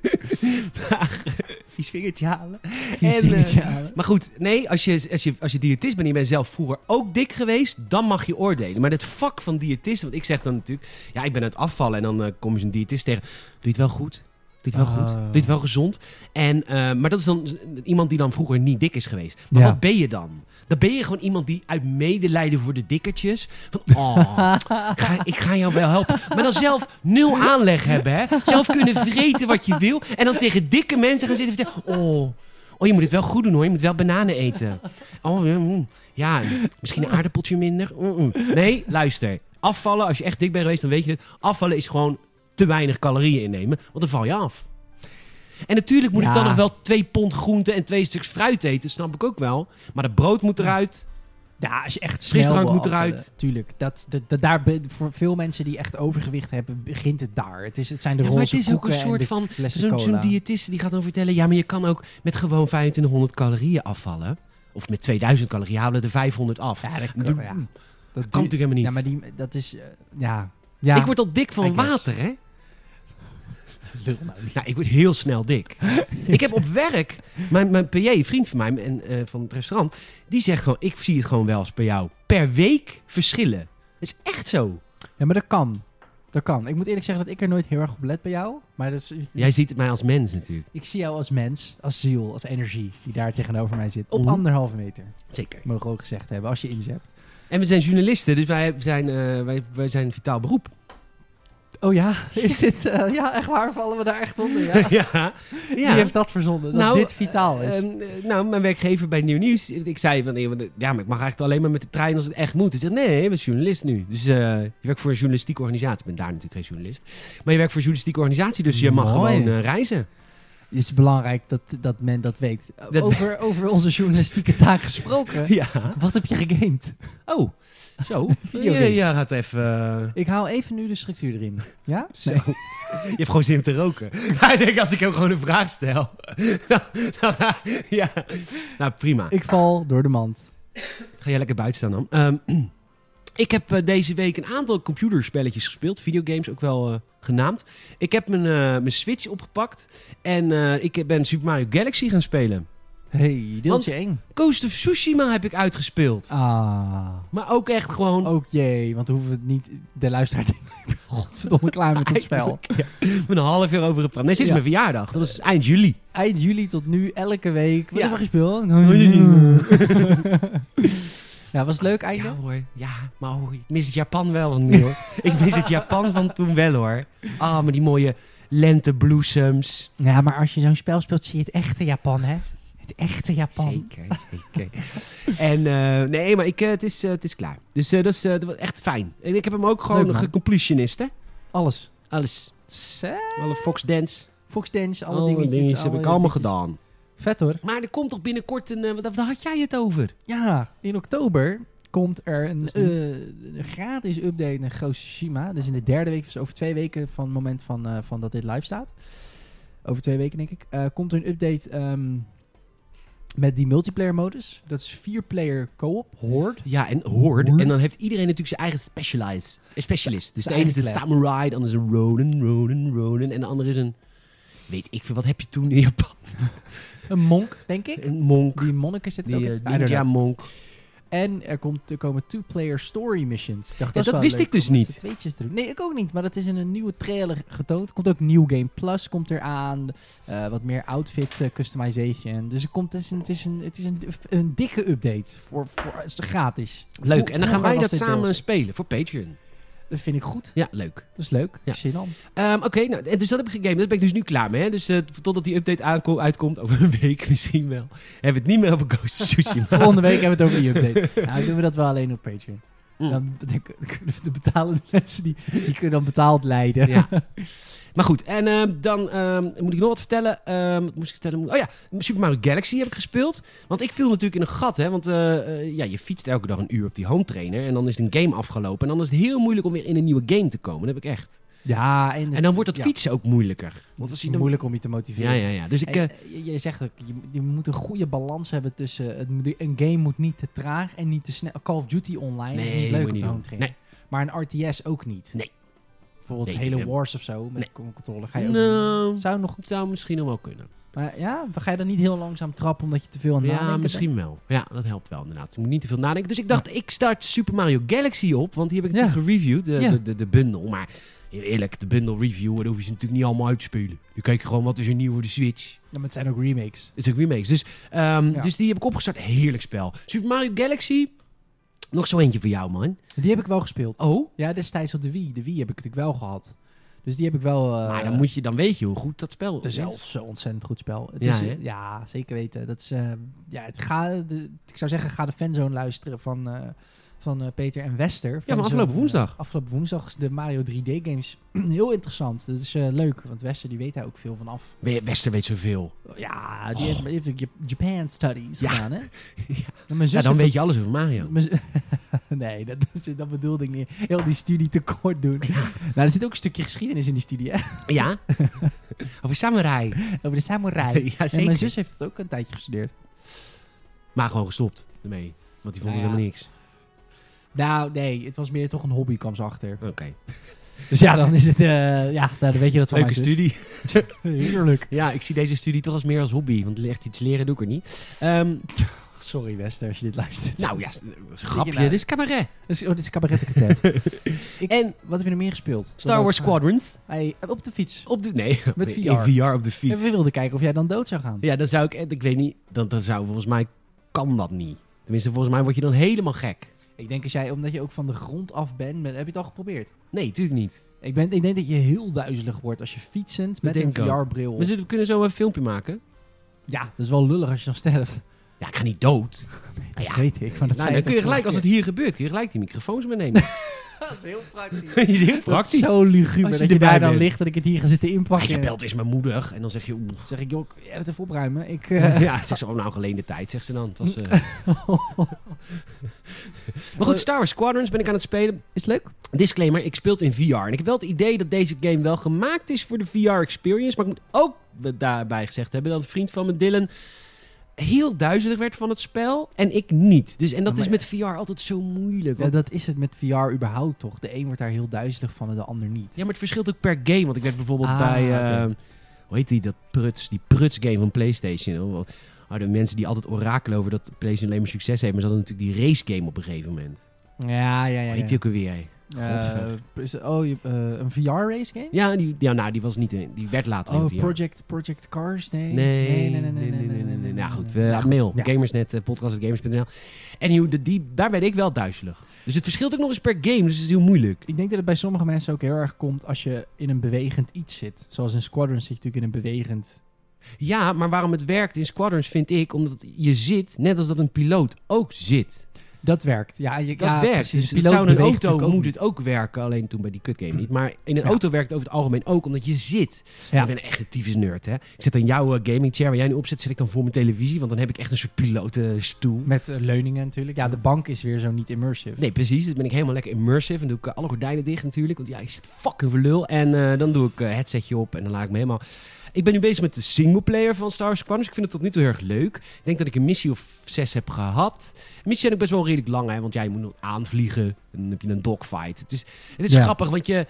Speaker 1: Vies vingertje halen.
Speaker 2: Vies
Speaker 1: En, eh,
Speaker 2: vingertje halen.
Speaker 1: Maar goed, nee, als je, als, je, als je diëtist bent en je bent zelf vroeger ook dik geweest, dan mag je oordelen. Maar dit vak van diëtisten, want ik zeg dan natuurlijk, ja, ik ben aan het afvallen en dan eh, kom je zo'n diëtist tegen. Doe je het wel goed? Doe je het wel goed?
Speaker 2: Ah.
Speaker 1: Doe je het wel gezond? En, eh, maar dat is dan z- iemand die dan vroeger niet dik is geweest. Maar
Speaker 2: Ja.
Speaker 1: wat ben je dan? Dan ben je gewoon iemand die uit medelijden voor de dikkertjes. Van, oh, ik ga, ik ga jou wel helpen. Maar dan zelf nul aanleg hebben, hè? Zelf kunnen vreten wat je wil. En dan tegen dikke mensen gaan zitten vertellen... Oh, oh je moet het wel goed doen, hoor. Je moet wel bananen eten. Oh, ja, mm, ja, misschien een aardappeltje minder. Mm, mm. Nee, luister. Afvallen, als je echt dik bent geweest, dan weet je het. Afvallen is gewoon te weinig calorieën innemen. Want dan val je af. En natuurlijk moet
Speaker 2: Ja.
Speaker 1: ik dan nog wel twee pond groente en twee stuks fruit eten. Snap ik ook wel. Maar dat brood moet eruit.
Speaker 2: Ja, als je echt snel
Speaker 1: Frisdrank
Speaker 2: wil
Speaker 1: moet
Speaker 2: afvallen.
Speaker 1: eruit.
Speaker 2: Tuurlijk. Dat, dat, dat- daar, be- voor veel mensen die echt overgewicht hebben, begint het daar. Het, is, het zijn de
Speaker 1: Ja, maar het
Speaker 2: roze
Speaker 1: is ook
Speaker 2: koeken
Speaker 1: een
Speaker 2: en
Speaker 1: soort
Speaker 2: de
Speaker 1: van-
Speaker 2: flessen
Speaker 1: Zo'n
Speaker 2: cola.
Speaker 1: zo'n diëtist die gaat dan vertellen... ja, maar je kan ook met gewoon 2500 calorieën afvallen. Of met 2000 calorieën halen er 500 af.
Speaker 2: Ja, dat,
Speaker 1: Doe- dat
Speaker 2: ja. dat
Speaker 1: kan
Speaker 2: du-
Speaker 1: natuurlijk helemaal niet.
Speaker 2: Ja, maar die, dat is... eh, ja. ja.
Speaker 1: Ik word al dik
Speaker 2: I
Speaker 1: van
Speaker 2: guess.
Speaker 1: water, hè?
Speaker 2: lul nou niet.
Speaker 1: Nou, ik word heel snel dik. ik heb op werk... Mijn, mijn PJ, een vriend van mij en, eh, van het restaurant... die zegt gewoon... ik zie het gewoon wel eens bij jou. Per week verschillen. Dat is echt zo.
Speaker 2: Ja, maar dat kan. Dat kan. Ik moet eerlijk zeggen dat ik er nooit heel erg op let bij jou. Maar dat is,
Speaker 1: Jij ziet het mij als mens natuurlijk.
Speaker 2: ik zie jou als mens, als ziel, als energie die daar tegenover mij zit. Op
Speaker 1: Mhm.
Speaker 2: anderhalve meter,
Speaker 1: Zeker.
Speaker 2: mogen we ook gezegd hebben, als je inzet.
Speaker 1: En we zijn journalisten, dus wij zijn, eh, wij, wij zijn een vitaal beroep.
Speaker 2: Oh ja, is dit... eh, ja, echt waar, vallen we daar echt onder, ja?
Speaker 1: ja.
Speaker 2: Wie heeft dat verzonnen, dat
Speaker 1: Nou,
Speaker 2: dit vitaal is?
Speaker 1: Ehm, eh, nou, mijn werkgever bij Nieuw Nieuws. Ik zei van, nee, want, eh, ja, maar ik mag eigenlijk alleen maar met de trein als het echt moet. Hij zegt, nee, je bent journalist nu. Dus eh, je werkt voor een journalistieke organisatie. Ik ben daar natuurlijk geen journalist. Maar je werkt voor een journalistieke organisatie, dus je mag
Speaker 2: Mooi.
Speaker 1: gewoon eh, reizen.
Speaker 2: Het is belangrijk dat, dat men dat weet.
Speaker 1: we-
Speaker 2: over, over onze journalistieke taak gesproken.
Speaker 1: Ja.
Speaker 2: Wat heb je gegamed?
Speaker 1: Oh, zo.
Speaker 2: Videogames.
Speaker 1: Eh, ja, gaat even... eh,
Speaker 2: Ik haal even nu de structuur erin. Ja?
Speaker 1: Zo. Je hebt gewoon zin om te roken. Hij denkt, als ik hem gewoon een vraag stel. nou, nou, ja. nou, prima.
Speaker 2: Ik val door de mand.
Speaker 1: Ga jij lekker buiten staan dan. Ehm, ik heb eh, deze week een aantal computerspelletjes gespeeld. Videogames ook wel eh, genaamd. Ik heb mijn, eh, mijn Switch opgepakt. En eh, ik ben Super Mario Galaxy gaan spelen.
Speaker 2: hey, deeltje één.
Speaker 1: Ghost of Tsushima heb ik uitgespeeld.
Speaker 2: Ah.
Speaker 1: Maar ook echt gewoon...
Speaker 2: Ook jee, want dan hoeven we het niet... De luisteraar denkt, godverdomme, klaar met het spel.
Speaker 1: Eigenlijk, ja. We hebben een half uur over gepraat. Nee, sinds
Speaker 2: Ja.
Speaker 1: mijn verjaardag. Dat was eind juli.
Speaker 2: Eind juli tot nu, elke week. Wat
Speaker 1: Ja.
Speaker 2: hebben we gespeeld? ja, was het leuk einde?
Speaker 1: Ja hoor, ja, maar hoor, ik mis het Japan wel van nu hoor. ik mis het Japan van toen wel hoor. Ah, maar die mooie lentebloesems.
Speaker 2: Ja, maar als je zo'n spel speelt, zie je het echte Japan, hè? Het echte Japan.
Speaker 1: Zeker, zeker. en eh, nee, maar ik, eh, het, is, eh, het is klaar. Dus eh, dat is eh, dat was echt fijn. En ik heb hem ook gewoon
Speaker 2: Leuk, man.
Speaker 1: gecompletionist hè.
Speaker 2: Alles.
Speaker 1: Alles.
Speaker 2: Fox
Speaker 1: Alle Fox Dance.
Speaker 2: Dance, alle,
Speaker 1: Alle
Speaker 2: dingetjes.
Speaker 1: dingetjes heb
Speaker 2: alle
Speaker 1: ik allemaal
Speaker 2: dingetjes.
Speaker 1: gedaan.
Speaker 2: Vet hoor.
Speaker 1: Maar er komt toch binnenkort een... eh, want daar had jij het over.
Speaker 2: Ja, in oktober komt er een,
Speaker 1: Dat is niet-
Speaker 2: eh, een gratis update naar Ghost of Tsushima. Dus in de derde week, dus over twee weken van het moment van, eh, van dat dit live staat. Over twee weken, denk ik. eh, komt er een update ehm, met die multiplayer modus. Dat is vier-player co-op. Horde.
Speaker 1: Ja, en hoorde.
Speaker 2: Hoorde.
Speaker 1: En dan heeft iedereen natuurlijk zijn eigen specialized, eh, specialist. Dus de
Speaker 2: zijn
Speaker 1: ene is een
Speaker 2: eigen class.
Speaker 1: samurai, de ander is een ronin, ronin, ronin. En de andere is een... Weet ik veel, wat heb je toen in Japan?
Speaker 2: Een monk, denk ik.
Speaker 1: Een monk.
Speaker 2: Die monniken zitten ook
Speaker 1: Die
Speaker 2: in.
Speaker 1: eh,
Speaker 2: I don't
Speaker 1: ninja
Speaker 2: know.
Speaker 1: monk.
Speaker 2: En er, komt, er komen two-player story missions. Ik Dacht,
Speaker 1: dat
Speaker 2: is wel
Speaker 1: wist
Speaker 2: leuk
Speaker 1: ik dus
Speaker 2: om met
Speaker 1: niet.
Speaker 2: z'n tweetjes te doen. Nee, ik ook niet. Maar dat is in een nieuwe trailer getoond. Komt ook New Game Plus komt eraan. eh wat meer outfit eh, customization. Dus er komt, het is een, het is een, het is een, een dikke update. Voor, voor, het is gratis.
Speaker 1: Leuk. En dan gaan
Speaker 2: Vroeger
Speaker 1: wij
Speaker 2: was
Speaker 1: dat
Speaker 2: dit
Speaker 1: samen
Speaker 2: DLC.
Speaker 1: spelen voor Patreon.
Speaker 2: Dat vind ik goed.
Speaker 1: Ja, leuk.
Speaker 2: Dat is leuk.
Speaker 1: Ja.
Speaker 2: Zin om.
Speaker 1: Ehm, Oké, nou, en dus dat heb ik gegamed. Daar ben ik dus nu klaar mee. Hè? Dus eh, totdat die update aanko- uitkomt, over een week misschien wel, hebben we het niet meer over Ghost of Tsushima.
Speaker 2: Volgende week hebben we het over die update. nou, doen we dat wel alleen op Patreon.
Speaker 1: Mm.
Speaker 2: Dan, dan kunnen we de betalende mensen die, die kunnen dan betaald leiden.
Speaker 1: Ja. Maar goed, en ehm, dan ehm, moet ik nog wat vertellen. Ehm, wat moest ik vertellen? Oh ja, Super Mario Galaxy heb ik gespeeld. Want ik viel natuurlijk in een gat, hè. Want eh, eh, ja, je fietst elke dag een uur op die home trainer. En dan is een game afgelopen. En dan is het heel moeilijk om weer in een nieuwe game te komen. Dat heb ik echt.
Speaker 2: Ja, en,
Speaker 1: En dan wordt dat
Speaker 2: ja.
Speaker 1: fietsen ook moeilijker. Want
Speaker 2: Het
Speaker 1: als
Speaker 2: is
Speaker 1: je dan...
Speaker 2: moeilijk om je te
Speaker 1: Ja,
Speaker 2: motiveren.
Speaker 1: ja, ja. Dus ik... eh,
Speaker 2: En, eh, je- je zegt ook, je, je moet een goede balans hebben tussen... eh, Het, moet- een game moet niet te traag en niet te snel. Call of Duty online is
Speaker 1: nee,
Speaker 2: niet
Speaker 1: moet
Speaker 2: leuk
Speaker 1: je
Speaker 2: op de
Speaker 1: doen.
Speaker 2: home trainer. Maar een RTS ook niet.
Speaker 1: Nee.
Speaker 2: Bijvoorbeeld
Speaker 1: Nee,
Speaker 2: hele
Speaker 1: nee.
Speaker 2: Wars of zo met
Speaker 1: Nee.
Speaker 2: con- controle. Ga je
Speaker 1: Nee.
Speaker 2: ook
Speaker 1: Nou,
Speaker 2: niet- Zou nog...
Speaker 1: zou misschien nog wel kunnen.
Speaker 2: Maar ja, ga je dan niet heel langzaam trappen omdat je te veel aan het
Speaker 1: Ja,
Speaker 2: nadenken bent?
Speaker 1: misschien wel. Ja, dat helpt wel inderdaad. Je moet niet te veel nadenken. Dus ik dacht, ik start Super Mario Galaxy op. Want die heb ik
Speaker 2: Ja.
Speaker 1: natuurlijk gereviewd, de,
Speaker 2: Ja.
Speaker 1: de, de, de bundel. Maar heel eerlijk, de bundel review, daar hoef je ze natuurlijk niet allemaal uit te spelen. Je kijkt gewoon, wat is er nieuw voor de Switch?
Speaker 2: Ja, maar het zijn ook remakes.
Speaker 1: Dat is ook remakes. Dus, ehm,
Speaker 2: Ja.
Speaker 1: dus die heb ik opgestart. Heerlijk spel. Super Mario Galaxy, nog zo eentje voor jou, man.
Speaker 2: Die heb ik wel gespeeld.
Speaker 1: Oh?
Speaker 2: Ja, destijds op de Wii. De Wii heb ik natuurlijk wel gehad. Dus die heb ik wel... eh,
Speaker 1: maar dan, moet je, dan weet je hoe goed dat spel
Speaker 2: Het is
Speaker 1: is.
Speaker 2: zelfs zo'n ontzettend goed spel. Het
Speaker 1: Ja,
Speaker 2: is,
Speaker 1: hè?
Speaker 2: ja, zeker weten. Dat is, eh, ja, het ga, de, ik zou zeggen, ga de fanzone luisteren van, eh, van eh, Peter en Wester.
Speaker 1: van
Speaker 2: Fanzone,
Speaker 1: afgelopen woensdag.
Speaker 2: eh, afgelopen woensdag is de Mario 3D games heel interessant. Dat is eh, leuk, want Wester die weet daar ook veel van af.
Speaker 1: We- Wester weet zoveel.
Speaker 2: Ja, die heeft- heeft, natuurlijk Japan Studies
Speaker 1: Oh. Ja.
Speaker 2: gedaan, hè?
Speaker 1: Ja.
Speaker 2: En Mijn
Speaker 1: Ja,
Speaker 2: zus
Speaker 1: dan
Speaker 2: heeft
Speaker 1: weet je alles over Mario.
Speaker 2: mijn z- nee, dat, is- dat bedoelde ik niet. Heel die studie tekort doen. Nou, er zit ook een stukje geschiedenis in die studie, hè?
Speaker 1: Ja? over Samurai.
Speaker 2: Over de samurai.
Speaker 1: ja,
Speaker 2: En
Speaker 1: zeker.
Speaker 2: mijn zus heeft het ook een tijdje gestudeerd.
Speaker 1: Maar gewoon gestopt ermee. Want die vond
Speaker 2: Nou
Speaker 1: het
Speaker 2: ja.
Speaker 1: helemaal niks.
Speaker 2: Nou, nee, het was meer toch een hobby, kwam ze achter.
Speaker 1: Oké.
Speaker 2: Dus ja, dan is het, eh, ja, nou, dan weet je dat van
Speaker 1: Leuke
Speaker 2: mijn zus.
Speaker 1: studie.
Speaker 2: Heerlijk.
Speaker 1: Ja, ik zie deze studie toch als meer als hobby. Want echt iets leren doe ik er niet. Ehm,
Speaker 2: Sorry Wester, als je dit luistert.
Speaker 1: nou ja, dat is een
Speaker 2: je
Speaker 1: grapje.
Speaker 2: nou?
Speaker 1: Dit is cabaret.
Speaker 2: Dus, oh, dit is cabarettenquartet.
Speaker 1: En
Speaker 2: Wat heb je nog meer gespeeld?
Speaker 1: Star Wars
Speaker 2: Squad.
Speaker 1: Squadrons.
Speaker 2: Hey, op de fiets.
Speaker 1: Op de, nee,
Speaker 2: Met
Speaker 1: in
Speaker 2: VR.
Speaker 1: VR op de
Speaker 2: En
Speaker 1: fiets.
Speaker 2: we wilden kijken of jij dan dood zou gaan.
Speaker 1: Ja, dan zou ik... Ik weet niet. Dan, dan zou volgens mij... Kan dat niet. Tenminste, volgens mij word je dan helemaal gek.
Speaker 2: Ik denk als jij, omdat je ook van de grond af bent, ben- heb je het al geprobeerd?
Speaker 1: Nee, natuurlijk niet.
Speaker 2: Ik, ben, ik denk dat je heel duizelig wordt als je fietsend met
Speaker 1: denk
Speaker 2: een
Speaker 1: ik ook.
Speaker 2: VR-bril.
Speaker 1: We, zullen- we kunnen zo een filmpje maken.
Speaker 2: Ja, dat is wel lullig als je dan sterft.
Speaker 1: Ja, ik ga niet dood.
Speaker 2: Nee,
Speaker 1: Ja.
Speaker 2: dat weet ik. Maar dat
Speaker 1: nou, dan
Speaker 2: zei toch
Speaker 1: kun je gelijk, als
Speaker 2: vorige
Speaker 1: het hier gebeurt, kun je gelijk die microfoons meenemen.
Speaker 2: keer? Dat is heel praktisch.
Speaker 1: Dat is heel
Speaker 2: Praktisch.
Speaker 1: praktisch.
Speaker 2: zo luguber
Speaker 1: Als je
Speaker 2: dat je
Speaker 1: erbij
Speaker 2: daar dan
Speaker 1: bent.
Speaker 2: ligt dat ik het hier ga zitten
Speaker 1: Als
Speaker 2: inpakken.
Speaker 1: je belt is mijn moeder. En dan zeg je... oeh,
Speaker 2: zeg ik, joh, ik- ja, dat even opruimen. Ik, eh,
Speaker 1: Ja, zeg ze, oh nou, geleende tijd, zegt ze dan. Het was, eh. maar goed, Star Wars Squadrons ben ik aan het spelen.
Speaker 2: Is het leuk?
Speaker 1: Disclaimer, ik speel het in VR. En ik heb wel het idee dat deze game wel gemaakt is voor de VR-experience. Maar ik moet ook daarbij gezegd hebben dat een vriend van me, Dylan, heel duizelig werd van het spel. En ik niet. Dus, en dat
Speaker 2: Ja, Oh, maar-
Speaker 1: is met VR altijd zo moeilijk.
Speaker 2: Ja,
Speaker 1: want-
Speaker 2: dat is het met VR überhaupt toch. De een wordt daar heel duizelig van en de ander niet.
Speaker 1: Ja, maar het verschilt ook per game. Want ik werd bijvoorbeeld
Speaker 2: Ah,
Speaker 1: bij... eh,
Speaker 2: oké.
Speaker 1: hoe heet die? Dat pruts, die pruts game van PlayStation. Oh, houden mensen die altijd orakelen over dat PlayStation alleen maar succes heeft. Maar ze hadden natuurlijk die race game op een gegeven moment.
Speaker 2: Ja, ja, ja.
Speaker 1: Heet Oh, die ook alweer?
Speaker 2: ja. Eh, is- oh, je, eh, een VR-race game?
Speaker 1: Ja, die, ja, nou, die was niet in. Die werd later in
Speaker 2: Oh,
Speaker 1: VR.
Speaker 2: Project, Project Cars? Nee.
Speaker 1: Nee, nee, nee, nee, nee, nee, nee, nee. Nou goed, we- mail.
Speaker 2: Ja.
Speaker 1: Gamersnet, eh, podcast.gamers.nl. En die, die, daar ben ik wel duizelig. Dus het verschilt ook nog eens per game, dus het is heel moeilijk.
Speaker 2: Ik denk dat het bij sommige mensen ook heel erg komt als je in een bewegend iets zit. Zoals in Squadron zit je natuurlijk in een bewegend...
Speaker 1: Ja, maar waarom het werkt in squadrons vind ik, omdat je zit, net als dat een piloot ook zit.
Speaker 2: Dat werkt. Ja, je,
Speaker 1: Dat
Speaker 2: ja,
Speaker 1: werkt.
Speaker 2: precies.
Speaker 1: Dus
Speaker 2: Een
Speaker 1: het
Speaker 2: piloot
Speaker 1: zou in een
Speaker 2: beweegt
Speaker 1: auto
Speaker 2: natuurlijk ook
Speaker 1: moet
Speaker 2: niet. Mm.
Speaker 1: het ook werken, alleen toen bij die kutgame niet. Maar in een
Speaker 2: Ja.
Speaker 1: auto werkt het over het algemeen ook, omdat je zit.
Speaker 2: Ja.
Speaker 1: Ik ben echt een tyfus nerd, hè. Ik zet dan jouw eh, gaming chair waar jij nu op zit, zet ik dan voor mijn televisie, want dan heb ik echt een soort pilotenstoel.
Speaker 2: Met eh, leuningen natuurlijk. Ja, de bank is weer zo niet immersive.
Speaker 1: Nee, precies. Dan ben ik helemaal lekker immersive. En doe ik eh, alle gordijnen dicht natuurlijk. Want ja, ik zit fucking voor lul. En eh, dan doe ik eh, headsetje op en dan laat ik me helemaal... Ik ben nu bezig met de singleplayer van Star Wars Squadrons. Ik vind het tot nu toe heel erg leuk. Ik denk dat ik een missie of zes heb gehad. Missies zijn ook best wel redelijk lang, hè. Want ja, je moet nog aanvliegen. En dan heb je een dogfight. Het is, het is
Speaker 2: Ja.
Speaker 1: grappig, want je...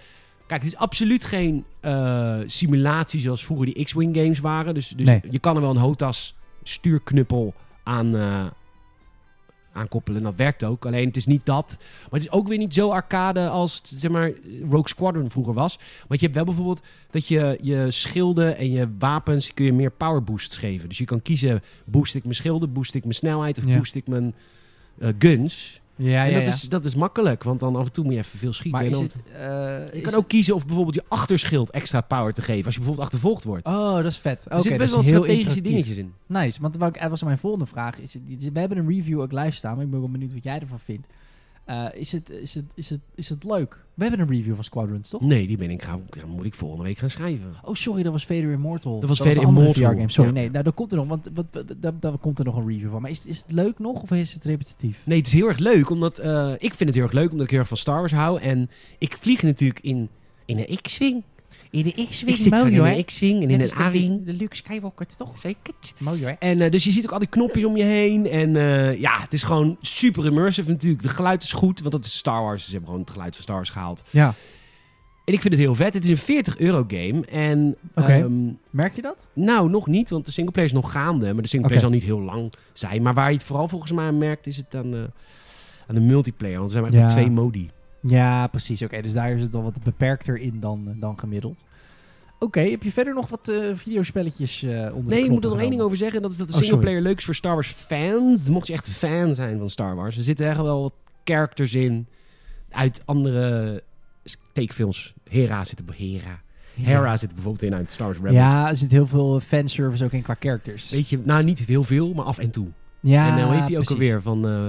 Speaker 1: Kijk, het is absoluut geen eh, simulatie zoals vroeger die X-Wing games waren. Dus, dus
Speaker 2: Nee.
Speaker 1: je kan er wel een HOTAS stuurknuppel aan, eh, aan koppelen. Dat werkt ook. Alleen het is niet dat. Maar het is ook weer niet zo arcade als zeg maar, Rogue Squadron vroeger was. Want je hebt wel bijvoorbeeld dat je je schilden en je wapens kun je meer power boosts geven. Dus je kan kiezen, boost ik mijn schilden, boost ik mijn snelheid of
Speaker 2: Ja.
Speaker 1: boost ik mijn eh, guns.
Speaker 2: Ja,
Speaker 1: en
Speaker 2: ja,
Speaker 1: dat,
Speaker 2: ja.
Speaker 1: Is, dat is makkelijk, want dan af en toe moet je even veel schieten.
Speaker 2: maar
Speaker 1: en
Speaker 2: is
Speaker 1: dan-
Speaker 2: het... eh,
Speaker 1: je
Speaker 2: is
Speaker 1: kan ook kiezen of bijvoorbeeld je achterschild extra power te geven als je bijvoorbeeld achtervolgd wordt.
Speaker 2: Oh, dat is vet. Oké,
Speaker 1: er zitten
Speaker 2: dat
Speaker 1: best
Speaker 2: is
Speaker 1: wel
Speaker 2: heel
Speaker 1: strategische
Speaker 2: interactief.
Speaker 1: dingetjes in.
Speaker 2: Nice, want wat was mijn volgende vraag. Is het, we hebben een review ook live staan, maar ik ben wel benieuwd wat jij ervan vindt. Eh, is, het, is, het, is, het, is het leuk? We hebben een review van Squadrons, toch?
Speaker 1: Nee, die ben ik gaan, ja, moet ik volgende week gaan schrijven.
Speaker 2: Oh, sorry, dat was Vader Immortal.
Speaker 1: Dat was
Speaker 2: de
Speaker 1: Vader
Speaker 2: andere
Speaker 1: Immortal,
Speaker 2: VR-game. Sorry,
Speaker 1: ja.
Speaker 2: nee, nou, daar komt er nog, want wat, wat, daar, daar komt er nog een review van. Maar is, is het leuk nog of is het repetitief?
Speaker 1: Nee, het is heel erg leuk, omdat eh, ik vind het heel erg leuk, omdat ik heel erg van Star Wars hou. En ik vlieg natuurlijk in, in een X-wing.
Speaker 2: In de X-Wing,
Speaker 1: Ik zit gewoon in een X-wing en in een A-wing.
Speaker 2: De Luke Skywalker, toch?
Speaker 1: Zeker.
Speaker 2: Mooi, hè?
Speaker 1: En eh, dus je ziet ook al die knopjes om je heen. En eh, ja, het is gewoon super immersive natuurlijk. De geluid is goed, want dat is Star Wars. Ze hebben gewoon het geluid van Star Wars gehaald.
Speaker 2: Ja.
Speaker 1: En ik vind het heel vet. Het is een 40 euro game. En
Speaker 2: Oké.
Speaker 1: ehm,
Speaker 2: Merk je dat?
Speaker 1: nou, nog niet, want de singleplayer is nog gaande. Maar de singleplayer
Speaker 2: Oké.
Speaker 1: zal niet heel lang zijn. Maar waar je het vooral volgens mij aan merkt, is het aan, eh, aan de multiplayer. Want er zijn maar
Speaker 2: Ja.
Speaker 1: maar twee modi.
Speaker 2: Ja, precies. Oké, dus daar is het al wat beperkter in dan, eh, dan gemiddeld. Oké, heb je verder nog wat eh, videospelletjes eh onder
Speaker 1: Nee,
Speaker 2: de
Speaker 1: ik
Speaker 2: knoppen
Speaker 1: moet er nog één ding
Speaker 2: genomen?
Speaker 1: over zeggen. Dat is dat de
Speaker 2: Oh, sorry.
Speaker 1: singleplayer leuk is voor Star Wars fans. Mocht je echt fan zijn van Star Wars. Er zitten echt wel wat characters in. Uit andere takefilms. Hera zit er... Hera. Hera zit er bijvoorbeeld in uit Star Wars Rebels.
Speaker 2: Ja, er zit heel veel eh, fanservice ook in qua characters.
Speaker 1: Weet je, nou niet heel veel, maar af en toe.
Speaker 2: ja,
Speaker 1: en eh, hoe heet die ook
Speaker 2: precies.
Speaker 1: alweer? Van, eh,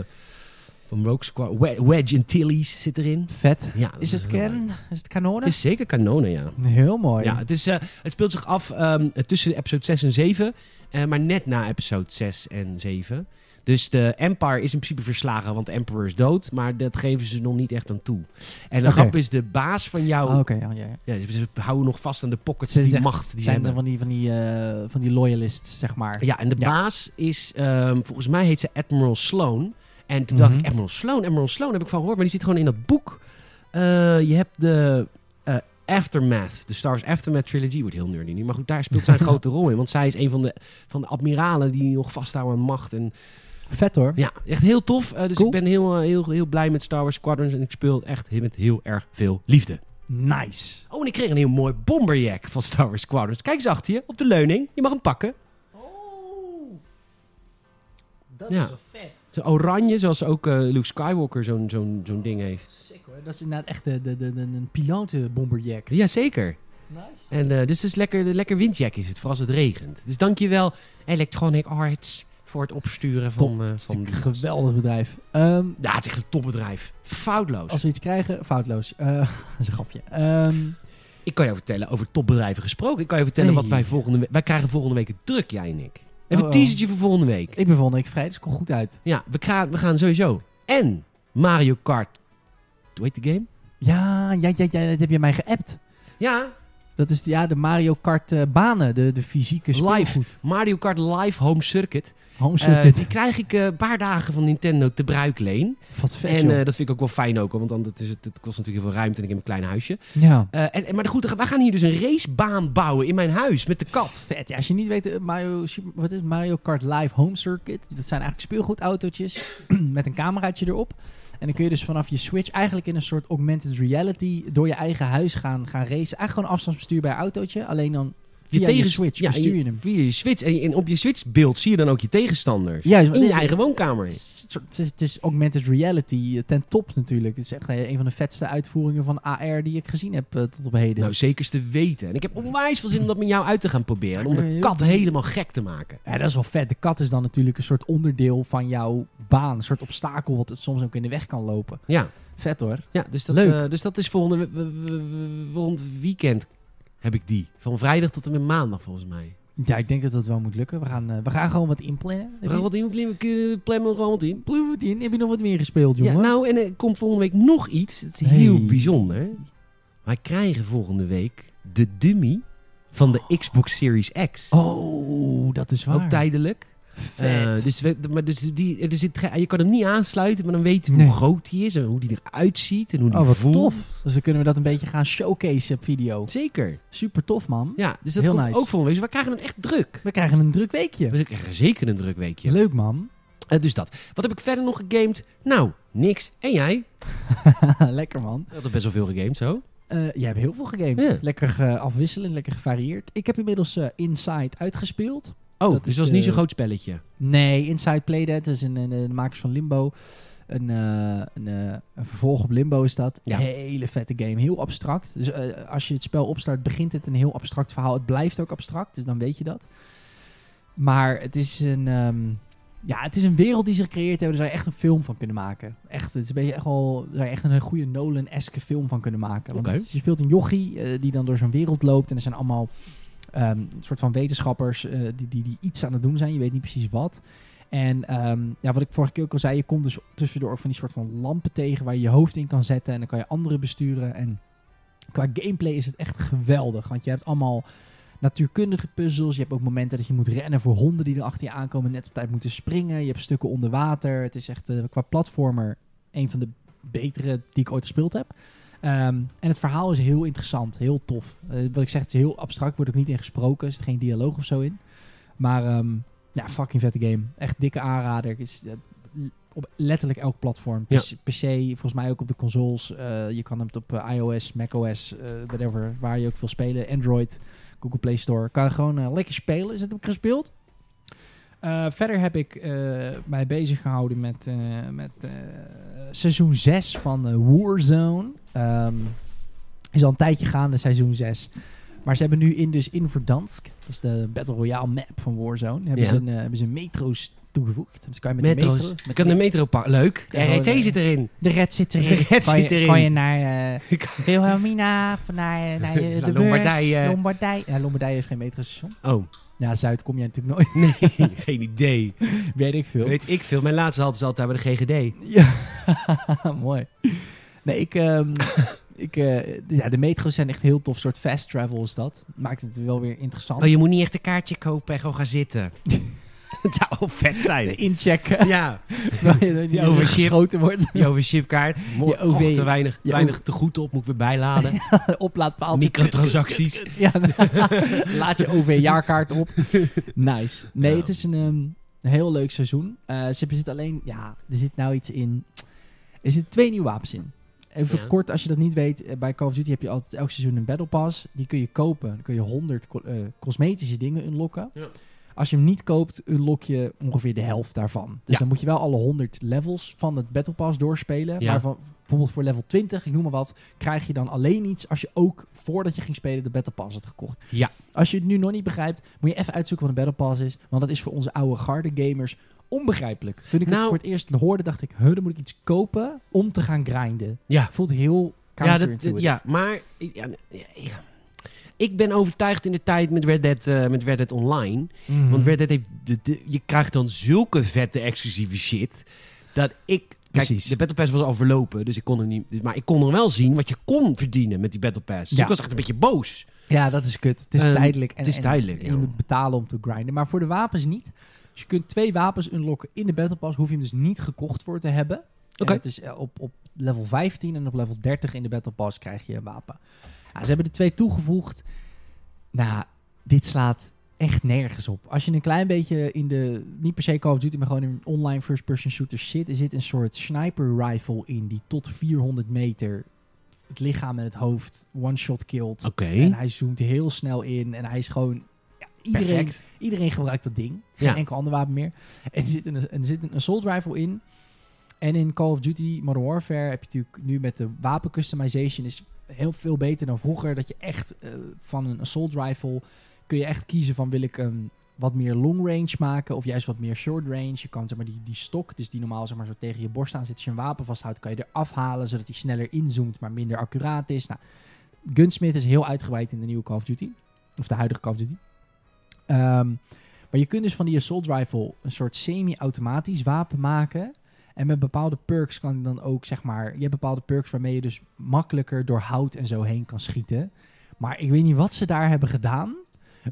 Speaker 1: van Rogue Squad. We- Wedge en Tilly's zit erin.
Speaker 2: Vet.
Speaker 1: Ja, dat
Speaker 2: Is het
Speaker 1: heel leuk.
Speaker 2: Ken? Is het Kanonen?
Speaker 1: Het is zeker kanonen, ja.
Speaker 2: Heel mooi.
Speaker 1: Ja, het, is, eh, het speelt zich af ehm, tussen episode 6 en 7, eh, maar net na episode 6 en 7. Dus de Empire is in principe verslagen, want de Emperor is dood, maar dat geven ze nog niet echt aan toe. En de
Speaker 2: Oké.
Speaker 1: grap is, de baas van jou...
Speaker 2: Oh, Oké, ja, ja, ja.
Speaker 1: Ja, ze ze houden nog vast aan de pockets,
Speaker 2: Het is
Speaker 1: die
Speaker 2: echt-
Speaker 1: macht die ze
Speaker 2: zijn
Speaker 1: hebben.
Speaker 2: dan van die, van, die, eh, van die loyalists, zeg maar.
Speaker 1: Ja, en de
Speaker 2: Ja.
Speaker 1: baas is, ehm, volgens mij heet ze Admiral Sloan. En toen dacht
Speaker 2: Mhm.
Speaker 1: ik, Admiral Sloan, Admiral Sloan heb ik van gehoord, maar die zit gewoon in dat boek. Eh, je hebt de eh, Aftermath, de Star Wars Aftermath Trilogy, wordt heel nerdy nu. Maar goed, daar speelt zij een grote rol in, want zij is een van de, van de admiralen die nog vasthouden aan macht. En
Speaker 2: Vet hoor.
Speaker 1: ja, echt heel tof. Eh, dus
Speaker 2: Cool.
Speaker 1: ik ben heel, eh, heel, heel blij met Star Wars Squadrons en ik speel het echt met heel erg veel liefde.
Speaker 2: Nice.
Speaker 1: Oh, en ik kreeg een heel mooi bomberjack van Star Wars Squadrons. Kijk eens achter je, op de leuning. Je mag hem pakken.
Speaker 2: Oh, Dat
Speaker 1: Ja. is wel
Speaker 2: vet.
Speaker 1: Zo oranje, zoals ook eh, Luke Skywalker zo'n zo'n zo'n ding heeft.
Speaker 2: Sick hoor. Dat is inderdaad echt de, de, de, de, een pilotenbomberjack.
Speaker 1: Jazeker.
Speaker 2: Nice.
Speaker 1: En, eh, dus het is lekker, de lekker windjack is het, vooral als het regent. Dus dankjewel Electronic Arts voor het opsturen van... eh,
Speaker 2: Dat is
Speaker 1: van
Speaker 2: een geweldig bedrijf. Ehm,
Speaker 1: ja, het is echt een topbedrijf. Foutloos.
Speaker 2: als we iets krijgen, foutloos. Eh, dat is een grapje. Ehm,
Speaker 1: Ik kan jou vertellen, over topbedrijven gesproken. Ik kan je vertellen
Speaker 2: Hey.
Speaker 1: wat wij volgende week... Wij krijgen volgende week het druk, jij en ik. Even
Speaker 2: Oh,
Speaker 1: een
Speaker 2: oh.
Speaker 1: teasertje voor volgende week.
Speaker 2: ik ben volgende week vrij, dus ik kom goed uit.
Speaker 1: Ja, we, kra- we gaan sowieso. En Mario Kart... Hoe heet de game?
Speaker 2: Ja, ja, ja, ja, dat heb je mij geappt.
Speaker 1: Ja,
Speaker 2: Dat Dat is de, ja, de Mario Kart eh, banen, de, de fysieke
Speaker 1: Live.
Speaker 2: speelgoed.
Speaker 1: Mario Kart Live Home Circuit.
Speaker 2: Home
Speaker 1: Eh,
Speaker 2: circuit.
Speaker 1: die krijg ik eh, een paar dagen van Nintendo te bruikleen.
Speaker 2: Wat vet,
Speaker 1: En
Speaker 2: joh.
Speaker 1: eh, dat vind ik ook wel fijn ook, hoor, want dan, dat is, het, het kost natuurlijk heel veel ruimte en ik heb een klein huisje.
Speaker 2: ja.
Speaker 1: Eh, en, en- maar goed, we gaan hier dus een racebaan bouwen in mijn huis met de kat.
Speaker 2: Vet. Ja, als je niet weet, eh, Mario, Super- wat is het? Mario Kart Live Home Circuit. Dat zijn eigenlijk speelgoedautootjes met een cameraatje erop. En dan kun je dus vanaf je Switch eigenlijk in een soort augmented reality door je eigen huis gaan, gaan racen. Eigenlijk gewoon een afstandsbestuurbaar autootje. Alleen dan via je,
Speaker 1: tegen-
Speaker 2: Switch
Speaker 1: ja, en
Speaker 2: bestuur je hem.
Speaker 1: Via je Switch. En, en op je Switch-beeld zie je dan ook je tegenstanders.
Speaker 2: Juist, want
Speaker 1: in
Speaker 2: dit
Speaker 1: je
Speaker 2: is-
Speaker 1: eigen woonkamer.
Speaker 2: Het is, het is- het is augmented reality eh, ten top natuurlijk. Dit is echt eh, een van de vetste uitvoeringen van AR die ik gezien heb eh, tot op heden.
Speaker 1: Nou, zeker te weten. En ik heb onwijs veel zin om dat met jou uit te gaan proberen. en Om
Speaker 2: Ja,
Speaker 1: de
Speaker 2: joh.
Speaker 1: kat helemaal gek te maken.
Speaker 2: Ja, dat is wel vet. De kat is dan natuurlijk een soort onderdeel van jouw baan. Een soort obstakel wat soms ook in de weg kan lopen.
Speaker 1: Ja,
Speaker 2: Vet hoor.
Speaker 1: ja dus, dat,
Speaker 2: Leuk.
Speaker 1: eh, dus dat is volgende, we- we- we- we- volgend weekend heb ik die. Van vrijdag tot en met maandag volgens mij.
Speaker 2: Ja, ik denk dat dat wel moet lukken. We gaan, eh, we gaan gewoon wat inplannen. Heb
Speaker 1: We gaan
Speaker 2: je,
Speaker 1: wat in, we kunnen- plannen we gewoon wat in.
Speaker 2: Ploe, wat in? Heb je nog wat meer gespeeld,
Speaker 1: Ja,
Speaker 2: jongen?
Speaker 1: nou, en er komt volgende week nog iets. Het is heel
Speaker 2: Hey.
Speaker 1: bijzonder. Wij krijgen volgende week de dummy van de Xbox Series X.
Speaker 2: Oh, dat is waar.
Speaker 1: Ook tijdelijk.
Speaker 2: Vet.
Speaker 1: Eh, dus we, d- maar dus die, er zit, ge- je kan hem niet aansluiten, maar dan weet je
Speaker 2: Nee.
Speaker 1: hoe groot hij is en hoe die eruit ziet en hoe die
Speaker 2: oh, wat
Speaker 1: voelt.
Speaker 2: tof. Dus dan kunnen we dat een beetje gaan showcase op video.
Speaker 1: Zeker.
Speaker 2: Super tof, man.
Speaker 1: Ja, dus dat
Speaker 2: Heel
Speaker 1: komt
Speaker 2: nice.
Speaker 1: ook volgende week. Dus we krijgen het echt druk.
Speaker 2: We krijgen een druk weekje.
Speaker 1: We krijgen zeker een druk weekje.
Speaker 2: Leuk, man.
Speaker 1: Eh, dus dat. Wat heb ik verder nog gegamed? Nou, niks. En jij?
Speaker 2: Lekker, man.
Speaker 1: Dat is best wel veel gegamed, zo.
Speaker 2: Eh, jij hebt heel veel gegamed.
Speaker 1: Ja.
Speaker 2: Lekker eh, afwisselend, lekker gevarieerd. Ik heb inmiddels eh, Inside uitgespeeld.
Speaker 1: Oh,
Speaker 2: Dat
Speaker 1: dus
Speaker 2: is,
Speaker 1: dat is niet
Speaker 2: eh,
Speaker 1: zo'n groot spelletje.
Speaker 2: Nee, Inside Playdead is een, een- een- de makers van Limbo. Een, eh, een, eh, een vervolg op Limbo is dat.
Speaker 1: Ja.
Speaker 2: Hele vette game, heel abstract. Dus eh, als je het spel opstart, begint het een heel abstract verhaal. Het blijft ook abstract, dus dan weet je dat. Maar het is een, ehm, ja, het is een wereld die ze gecreëerd hebben. Daar zou je echt een film van kunnen maken. Echt, het is een beetje echt wel, daar zou je echt een goede Nolan-eske film van kunnen maken. Want
Speaker 1: Oké.
Speaker 2: het- je speelt een jochie eh, die dan door zo'n wereld loopt. En er zijn allemaal ehm, een soort van wetenschappers eh, die, die, die iets aan het doen zijn. Je weet niet precies wat. En ehm, ja, wat ik vorige keer ook al zei, je komt dus tussendoor ook van die soort van lampen tegen waar je je hoofd in kan zetten. En dan kan je anderen besturen. En qua gameplay is het echt geweldig. Want je hebt allemaal natuurkundige puzzels. Je hebt ook momenten dat je moet rennen voor honden die er achter je aankomen. Net op tijd moeten springen. Je hebt stukken onder water. Het is echt eh, qua platformer een van de betere die ik ooit gespeeld heb. Ehm, en het verhaal is heel interessant, heel tof. Eh, wat ik zeg, het is heel abstract, wordt ook niet in gesproken. Er zit geen dialoog of zo in. Maar ehm, ja, fucking vette game. Echt dikke aanrader. Het is eh, op letterlijk elk platform.
Speaker 1: Ja.
Speaker 2: PC, PC, volgens mij ook op de consoles. Eh, je kan hem op eh, iOS, macOS, eh, whatever. Waar je ook wil spelen. Android, Google Play Store. Kan gewoon eh, lekker spelen. Dus dat heb ik gespeeld. Eh, verder heb ik eh, mij bezig gehouden met, eh, met eh, seizoen 6 van eh, Warzone. Ehm, is al een tijdje gaande, seizoen 6. Maar ze hebben nu in, dus in Verdansk, dat is de Battle Royale map van Warzone, hebben,
Speaker 1: Ja.
Speaker 2: ze, een, eh, hebben ze metro's toegevoegd. Dus kan je met de
Speaker 1: Metro's.
Speaker 2: metro...
Speaker 1: Ik kan de metro pakken. Leuk.
Speaker 2: Ja, gewoon,
Speaker 1: RET
Speaker 2: eh,
Speaker 1: zit erin.
Speaker 2: De red zit erin.
Speaker 1: De red
Speaker 2: kan
Speaker 1: zit
Speaker 2: je,
Speaker 1: erin.
Speaker 2: Kan je naar eh, Wilhelmina, van naar, eh, naar eh,
Speaker 1: Naar
Speaker 2: de
Speaker 1: Lombardije.
Speaker 2: beurs, Lombardije. Ja, Lombardije heeft geen metrostation.
Speaker 1: Oh,
Speaker 2: Ja, Zuid kom je natuurlijk nooit.
Speaker 1: nee. geen idee.
Speaker 2: Weet ik veel.
Speaker 1: Weet ik veel. Mijn laatste halt is altijd bij de GGD.
Speaker 2: Ja, mooi. Nee, ik, ehm, ik, eh, ja, de metro's zijn echt heel tof. soort fast travel is dat. Maakt het wel weer interessant.
Speaker 1: Oh, je moet niet echt een kaartje kopen en gewoon gaan zitten. Het zou wel vet zijn.
Speaker 2: Inchecken.
Speaker 1: Ja,
Speaker 2: terwijl je
Speaker 1: Je
Speaker 2: die over
Speaker 1: overship.
Speaker 2: geschoten wordt.
Speaker 1: je overshipkaart. Mooi.
Speaker 2: Je OV.
Speaker 1: Och, te weinig, te
Speaker 2: Je
Speaker 1: weinig te goed op, moet ik weer bijladen.
Speaker 2: Oplaadpaal.
Speaker 1: Microtransacties.
Speaker 2: Ja, laat je OV-jaarkaart op. Nice. Nee,
Speaker 1: Ja.
Speaker 2: het is een, ehm, een heel leuk seizoen. Eh ze zit alleen, ja, er zit nou iets in. Er zitten twee nieuwe wapens in. Even
Speaker 1: Ja.
Speaker 2: kort, als je dat niet weet, eh, bij Call of Duty heb je altijd elk seizoen een Battle Pass. Die kun je kopen. Dan kun je 100 co- eh, cosmetische dingen unlocken.
Speaker 1: Ja.
Speaker 2: Als je hem niet koopt, unlock je ongeveer de helft daarvan. Dus
Speaker 1: Ja.
Speaker 2: dan moet je wel alle 100 levels van het Battle Pass doorspelen.
Speaker 1: Ja.
Speaker 2: Maar van, bijvoorbeeld voor level 20, ik noem maar wat, krijg je dan alleen iets als je ook voordat je ging spelen de Battle Pass had gekocht.
Speaker 1: Ja.
Speaker 2: Als je het nu nog niet begrijpt, moet je even uitzoeken wat een Battle Pass is. Want dat is voor onze oude garde gamers onbegrijpelijk. Toen ik
Speaker 1: Nou-
Speaker 2: het voor het eerst hoorde, dacht ik, huh, dan moet ik iets kopen om te gaan grinden.
Speaker 1: Ja.
Speaker 2: Voelt heel
Speaker 1: Ja, dat,
Speaker 2: counterintuitive.
Speaker 1: ja, maar ja, ja. ik ben overtuigd in de tijd met Red Dead, eh, met Red Dead Online.
Speaker 2: Mhm.
Speaker 1: Want Red Dead heeft, de- de- je krijgt dan zulke vette exclusieve shit. Dat ik Kijk,
Speaker 2: Precies.
Speaker 1: de Battle Pass was al verlopen, dus ik kon hem niet. dus- Maar ik kon er wel zien wat je kon verdienen met die Battle Pass. Dus
Speaker 2: Ja.
Speaker 1: ik was echt een beetje boos.
Speaker 2: Ja, dat is kut. Het is
Speaker 1: Ehm,
Speaker 2: tijdelijk. En,
Speaker 1: het is
Speaker 2: en-
Speaker 1: tijdelijk,
Speaker 2: en
Speaker 1: ja.
Speaker 2: je moet betalen om te grinden. Maar voor de wapens niet. Dus je kunt twee wapens unlocken in de Battle Pass. Hoef je hem dus niet gekocht voor te hebben. En
Speaker 1: Oké.
Speaker 2: dat is eh, op, op level 15 en op level 30 in de Battle Pass krijg je een wapen. Ja, ze hebben er twee toegevoegd. Nou, dit slaat echt nergens op. Als je een klein beetje in de... Niet per se Call of Duty, maar gewoon in online first-person shooters zit... er zit een soort sniper rifle in die tot 400 meter... het lichaam en het hoofd one-shot killt.
Speaker 1: Oké.
Speaker 2: En hij zoomt heel snel in. En hij is gewoon... ja, iedereen,
Speaker 1: Perfect.
Speaker 2: iedereen gebruikt dat ding. Geen
Speaker 1: Ja.
Speaker 2: enkel ander wapen meer. En er zit een, en er zit een assault rifle in. En in Call of Duty Modern Warfare heb je natuurlijk nu met de wapencustomization... is heel veel beter dan vroeger. Dat je echt eh, van een assault rifle... kun je echt kiezen van wil ik een wat meer long range maken... of juist wat meer short range. Je kan zeg maar die, die stok, dus die normaal zeg maar, zo tegen je borst aan zit... als je een wapen vasthoudt, kan je er afhalen... zodat hij sneller inzoomt, maar minder accuraat is. Nou, Gunsmith is heel uitgebreid in de nieuwe Call of Duty. Of de huidige Call of Duty. Ehm, maar je kunt dus van die assault rifle een soort semi-automatisch wapen maken. En met bepaalde perks kan je dan ook, zeg maar... Je hebt bepaalde perks waarmee je dus makkelijker door hout en zo heen kan schieten. Maar ik weet niet wat ze daar hebben gedaan.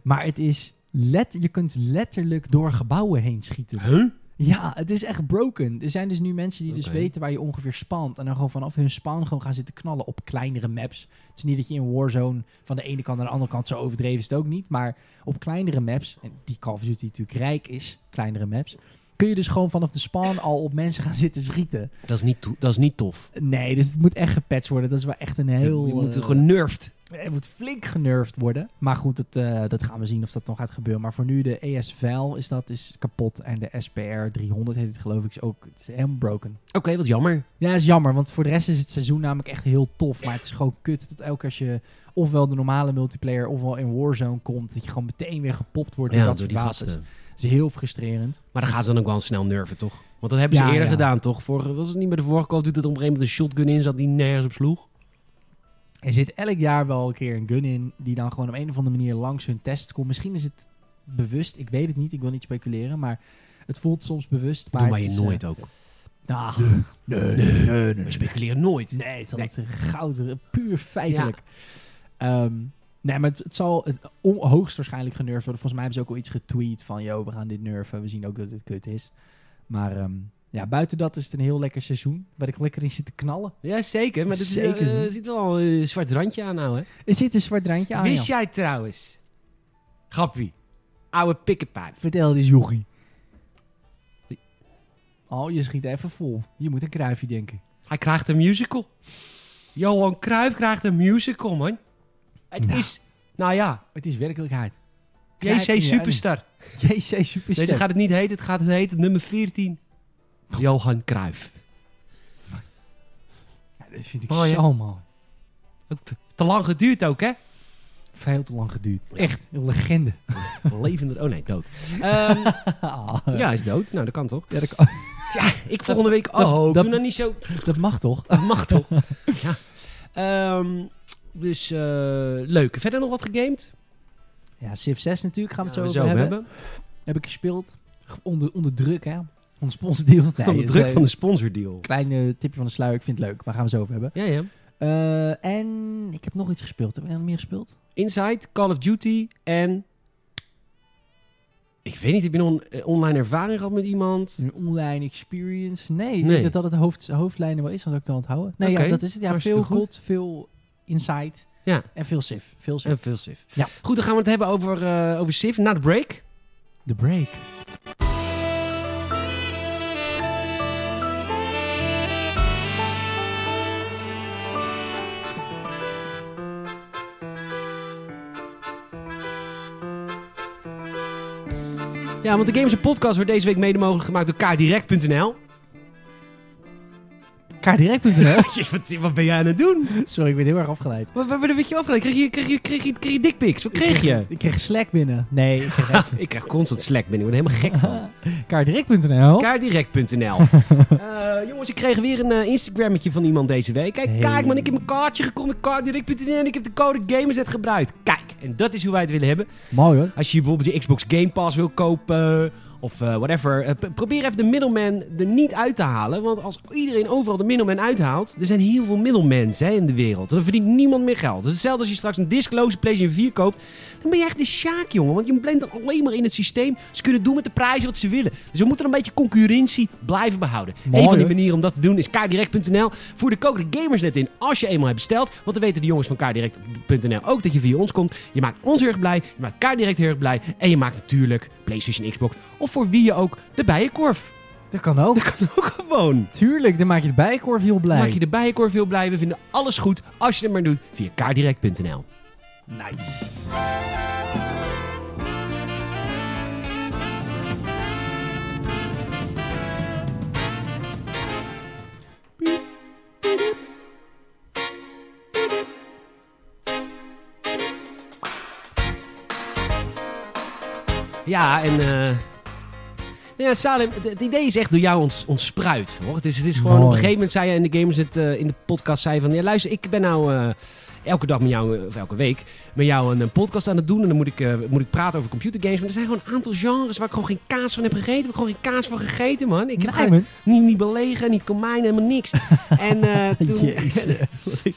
Speaker 2: Maar het is... Let, je kunt letterlijk door gebouwen heen schieten.
Speaker 1: Huh?
Speaker 2: Ja, het is echt broken. Er zijn dus nu mensen die
Speaker 1: Oké.
Speaker 2: dus weten waar je ongeveer spant. En dan gewoon vanaf hun spawn gewoon gaan zitten knallen op kleinere maps. Het is niet dat je in Warzone van de ene kant naar de andere kant zo overdreven is het ook niet. Maar op kleinere maps, en die Call of Duty natuurlijk rijk is, kleinere maps. Kun je dus gewoon vanaf de spawn al op mensen gaan zitten schieten.
Speaker 1: Dat, is niet to- dat is niet tof.
Speaker 2: Nee, dus het moet echt gepatcht worden. Dat is wel echt een heel...
Speaker 1: je moet
Speaker 2: eh,
Speaker 1: genurfd.
Speaker 2: het moet flink genervd worden. Maar goed, het, eh, dat gaan we zien of dat nog gaat gebeuren. Maar voor nu, de ESVL is dat is kapot. En de SPR 300 heet het geloof ik is ook. Het is helemaal broken.
Speaker 1: Oké, wat jammer.
Speaker 2: Ja, is jammer. Want voor de rest is het seizoen namelijk echt heel tof. Maar het is gewoon kut dat elke keer als je ofwel de normale multiplayer ofwel in Warzone komt. Dat je gewoon meteen weer gepopt wordt door
Speaker 1: Ja,
Speaker 2: dat
Speaker 1: door
Speaker 2: soort
Speaker 1: die
Speaker 2: wapens.
Speaker 1: gasten.
Speaker 2: Dat is heel frustrerend.
Speaker 1: Maar dan gaan ze dan ook wel snel nerven, toch? Want dat hebben ze
Speaker 2: Ja,
Speaker 1: eerder
Speaker 2: ja.
Speaker 1: gedaan, toch? Vorige, was het niet bij de vorige Call of Duty dat er op een gegeven moment een shotgun in zat die nergens op sloeg?
Speaker 2: Er zit elk jaar wel een keer een gun in die dan gewoon op een of andere manier langs hun test komt. Misschien is het bewust, ik weet het niet, ik wil niet speculeren, maar het voelt soms bewust.
Speaker 1: Dat
Speaker 2: Maar
Speaker 1: doen wij
Speaker 2: het
Speaker 1: je
Speaker 2: is, eh,
Speaker 1: nooit ook.
Speaker 2: Nou,
Speaker 1: Nee, We speculeren nooit.
Speaker 2: nee, het is altijd goud, eh, puur feitelijk. Ehm, nee, maar het, het zal het on- hoogstwaarschijnlijk generfd worden. Volgens mij hebben ze ook al iets getweet van, yo, we gaan dit nerven. We zien ook dat dit kut is. Maar ehm, ja, buiten dat is het een heel lekker seizoen, waar ik lekker in zit te knallen.
Speaker 1: Ja, zeker. Maar er
Speaker 2: Zeker,
Speaker 1: eh,
Speaker 2: man.
Speaker 1: zit wel een zwart randje aan nou, hè?
Speaker 2: Er zit een zwart randje aan,
Speaker 1: Wist
Speaker 2: ja.
Speaker 1: jij trouwens? Grappie. Oude pikkenpaard.
Speaker 2: Vertel eens, jochie. Oh, je schiet even vol. Je moet een kruifje denken.
Speaker 1: Hij krijgt een musical. Johan Cruijff krijgt een musical, man. Het
Speaker 2: Nou.
Speaker 1: is... Nou ja,
Speaker 2: Het is werkelijkheid. Krijg je
Speaker 1: JC
Speaker 2: niet
Speaker 1: Superstar.
Speaker 2: JC Superstar.
Speaker 1: Deze gaat het niet heten, het gaat het heten nummer 14. Johan Cruijff.
Speaker 2: Ja, dit vind ik
Speaker 1: Mooi, hè?
Speaker 2: zo mooi.
Speaker 1: Ook te, te lang geduurd ook, hè?
Speaker 2: Veel te lang geduurd. Echt, een legende.
Speaker 1: Levende... Oh nee, dood. Ehm,
Speaker 2: Ah.
Speaker 1: ja, hij is dood. Nou, dat kan toch?
Speaker 2: Ja, dat, kan-
Speaker 1: Ja, ik volgende week... Oh,
Speaker 2: dat-
Speaker 1: doe nou niet zo...
Speaker 2: dat mag toch?
Speaker 1: Dat mag toch? ja. Ehm, dus eh, leuk. Verder nog wat gegamed?
Speaker 2: Ja, Civ 6 natuurlijk gaan we het
Speaker 1: Ja,
Speaker 2: zo over hebben. Heb ik gespeeld. Ge- Onder, onder druk, hè? Onder sponsordeal. Nee,
Speaker 1: Van de
Speaker 2: dat is
Speaker 1: druk
Speaker 2: een
Speaker 1: van de sponsordeal.
Speaker 2: Kleine tipje van de sluier. Ik vind het leuk, maar gaan we zo over hebben.
Speaker 1: Ja, ja.
Speaker 2: Eh, en ik heb nog iets gespeeld. Heb ik nog meer gespeeld?
Speaker 1: Inside, Call of Duty en... Ik weet niet, heb je nog een eh, online ervaring gehad met iemand?
Speaker 2: Een online experience. Nee, ik
Speaker 1: Nee.
Speaker 2: denk dat dat het hoofd, hoofdlijnen wel is, want ik te onthouden. Nee,
Speaker 1: Oké,
Speaker 2: ja, dat is het. Ja,
Speaker 1: hartstikke
Speaker 2: veel
Speaker 1: goed.
Speaker 2: goed, veel insight
Speaker 1: Ja.
Speaker 2: en veel sif. Veel sif.
Speaker 1: En veel Civ.
Speaker 2: Ja.
Speaker 1: Goed, dan gaan we het hebben over, eh, over Civ na de break.
Speaker 2: The break.
Speaker 1: Ja, want de Games en Podcast wordt deze week mede mogelijk gemaakt door kaardirect.nl.
Speaker 2: Kaardirect.nl.
Speaker 1: Jeetje, wat, wat ben jij aan het doen?
Speaker 2: Sorry, ik ben heel erg afgeleid.
Speaker 1: Wat, wat, wat werd je afgeleid? Kreeg je, kreeg je, kreeg je, kreeg je dickpics? Wat kreeg je?
Speaker 2: Ik kreeg Slack binnen. Nee, ik kreeg echt-
Speaker 1: Ik krijg constant slack binnen, ik word er helemaal gek van.
Speaker 2: Kaardirect.nl.
Speaker 1: Kaardirect.nl. Eh, jongens, ik kreeg weer een eh, Instagrammetje van iemand deze week. Kijk,
Speaker 2: Hey.
Speaker 1: kijk man, ik heb mijn kaartje gekomen. Kaardirect.nl en ik heb de code GamerZ gebruikt. Kijk, en dat is hoe wij het willen hebben.
Speaker 2: Mooi hoor.
Speaker 1: Als je bijvoorbeeld je Xbox Game Pass wil kopen... Of eh, whatever. Eh, p- probeer even de middleman er niet uit te halen. Want als iedereen overal de middleman uithaalt... Er zijn heel veel middlemans hè, in de wereld. Dan verdient niemand meer geld. Het is hetzelfde als je straks een discloze PlayStation 4 koopt. Dan ben je echt de sjaak, jongen. Want je blendt dan alleen maar in het systeem. Ze kunnen doen met de prijzen wat ze willen. Dus we moeten een beetje concurrentie blijven behouden.
Speaker 2: Mooi,
Speaker 1: een van die
Speaker 2: hoor.
Speaker 1: manieren om dat te doen is kdirect.nl. Voer de code de gamers net in als je eenmaal hebt besteld. Want dan weten de jongens van kdirect.nl ook dat je via ons komt. Je maakt ons heel erg blij. Je maakt kdirect heel erg blij. En je maakt natuurlijk PlayStation, Xbox of voor wie je ook de bijenkorf.
Speaker 2: Dat kan ook.
Speaker 1: Ook gewoon.
Speaker 2: Tuurlijk, dan maak je de bijenkorf heel blij.
Speaker 1: Maak je de bijenkorf heel blij. We vinden alles goed als je het maar doet via kdirect.nl.
Speaker 2: Nice.
Speaker 1: Ja, en... eh, nou ja, Salem, het- het idee is echt door jou ons, ontspruit. Hoor. Het, is, het is gewoon...
Speaker 2: Mooi.
Speaker 1: Op een gegeven moment zei je in de Gamers het, eh, in de podcast... Zei je van, ja, luister, ik ben nou... eh, Elke dag met jou, eh, of elke week, met jou een, een podcast aan het doen. En dan moet ik, eh, moet ik praten over computergames. Maar er zijn gewoon een aantal genres waar ik gewoon geen kaas van heb gegeten. Heb ik gewoon geen kaas van gegeten, man. Ik heb
Speaker 2: Nee,
Speaker 1: gewoon
Speaker 2: man.
Speaker 1: Niet, niet belegen, niet komijn, helemaal niks. en eh, toen...
Speaker 2: Jezus.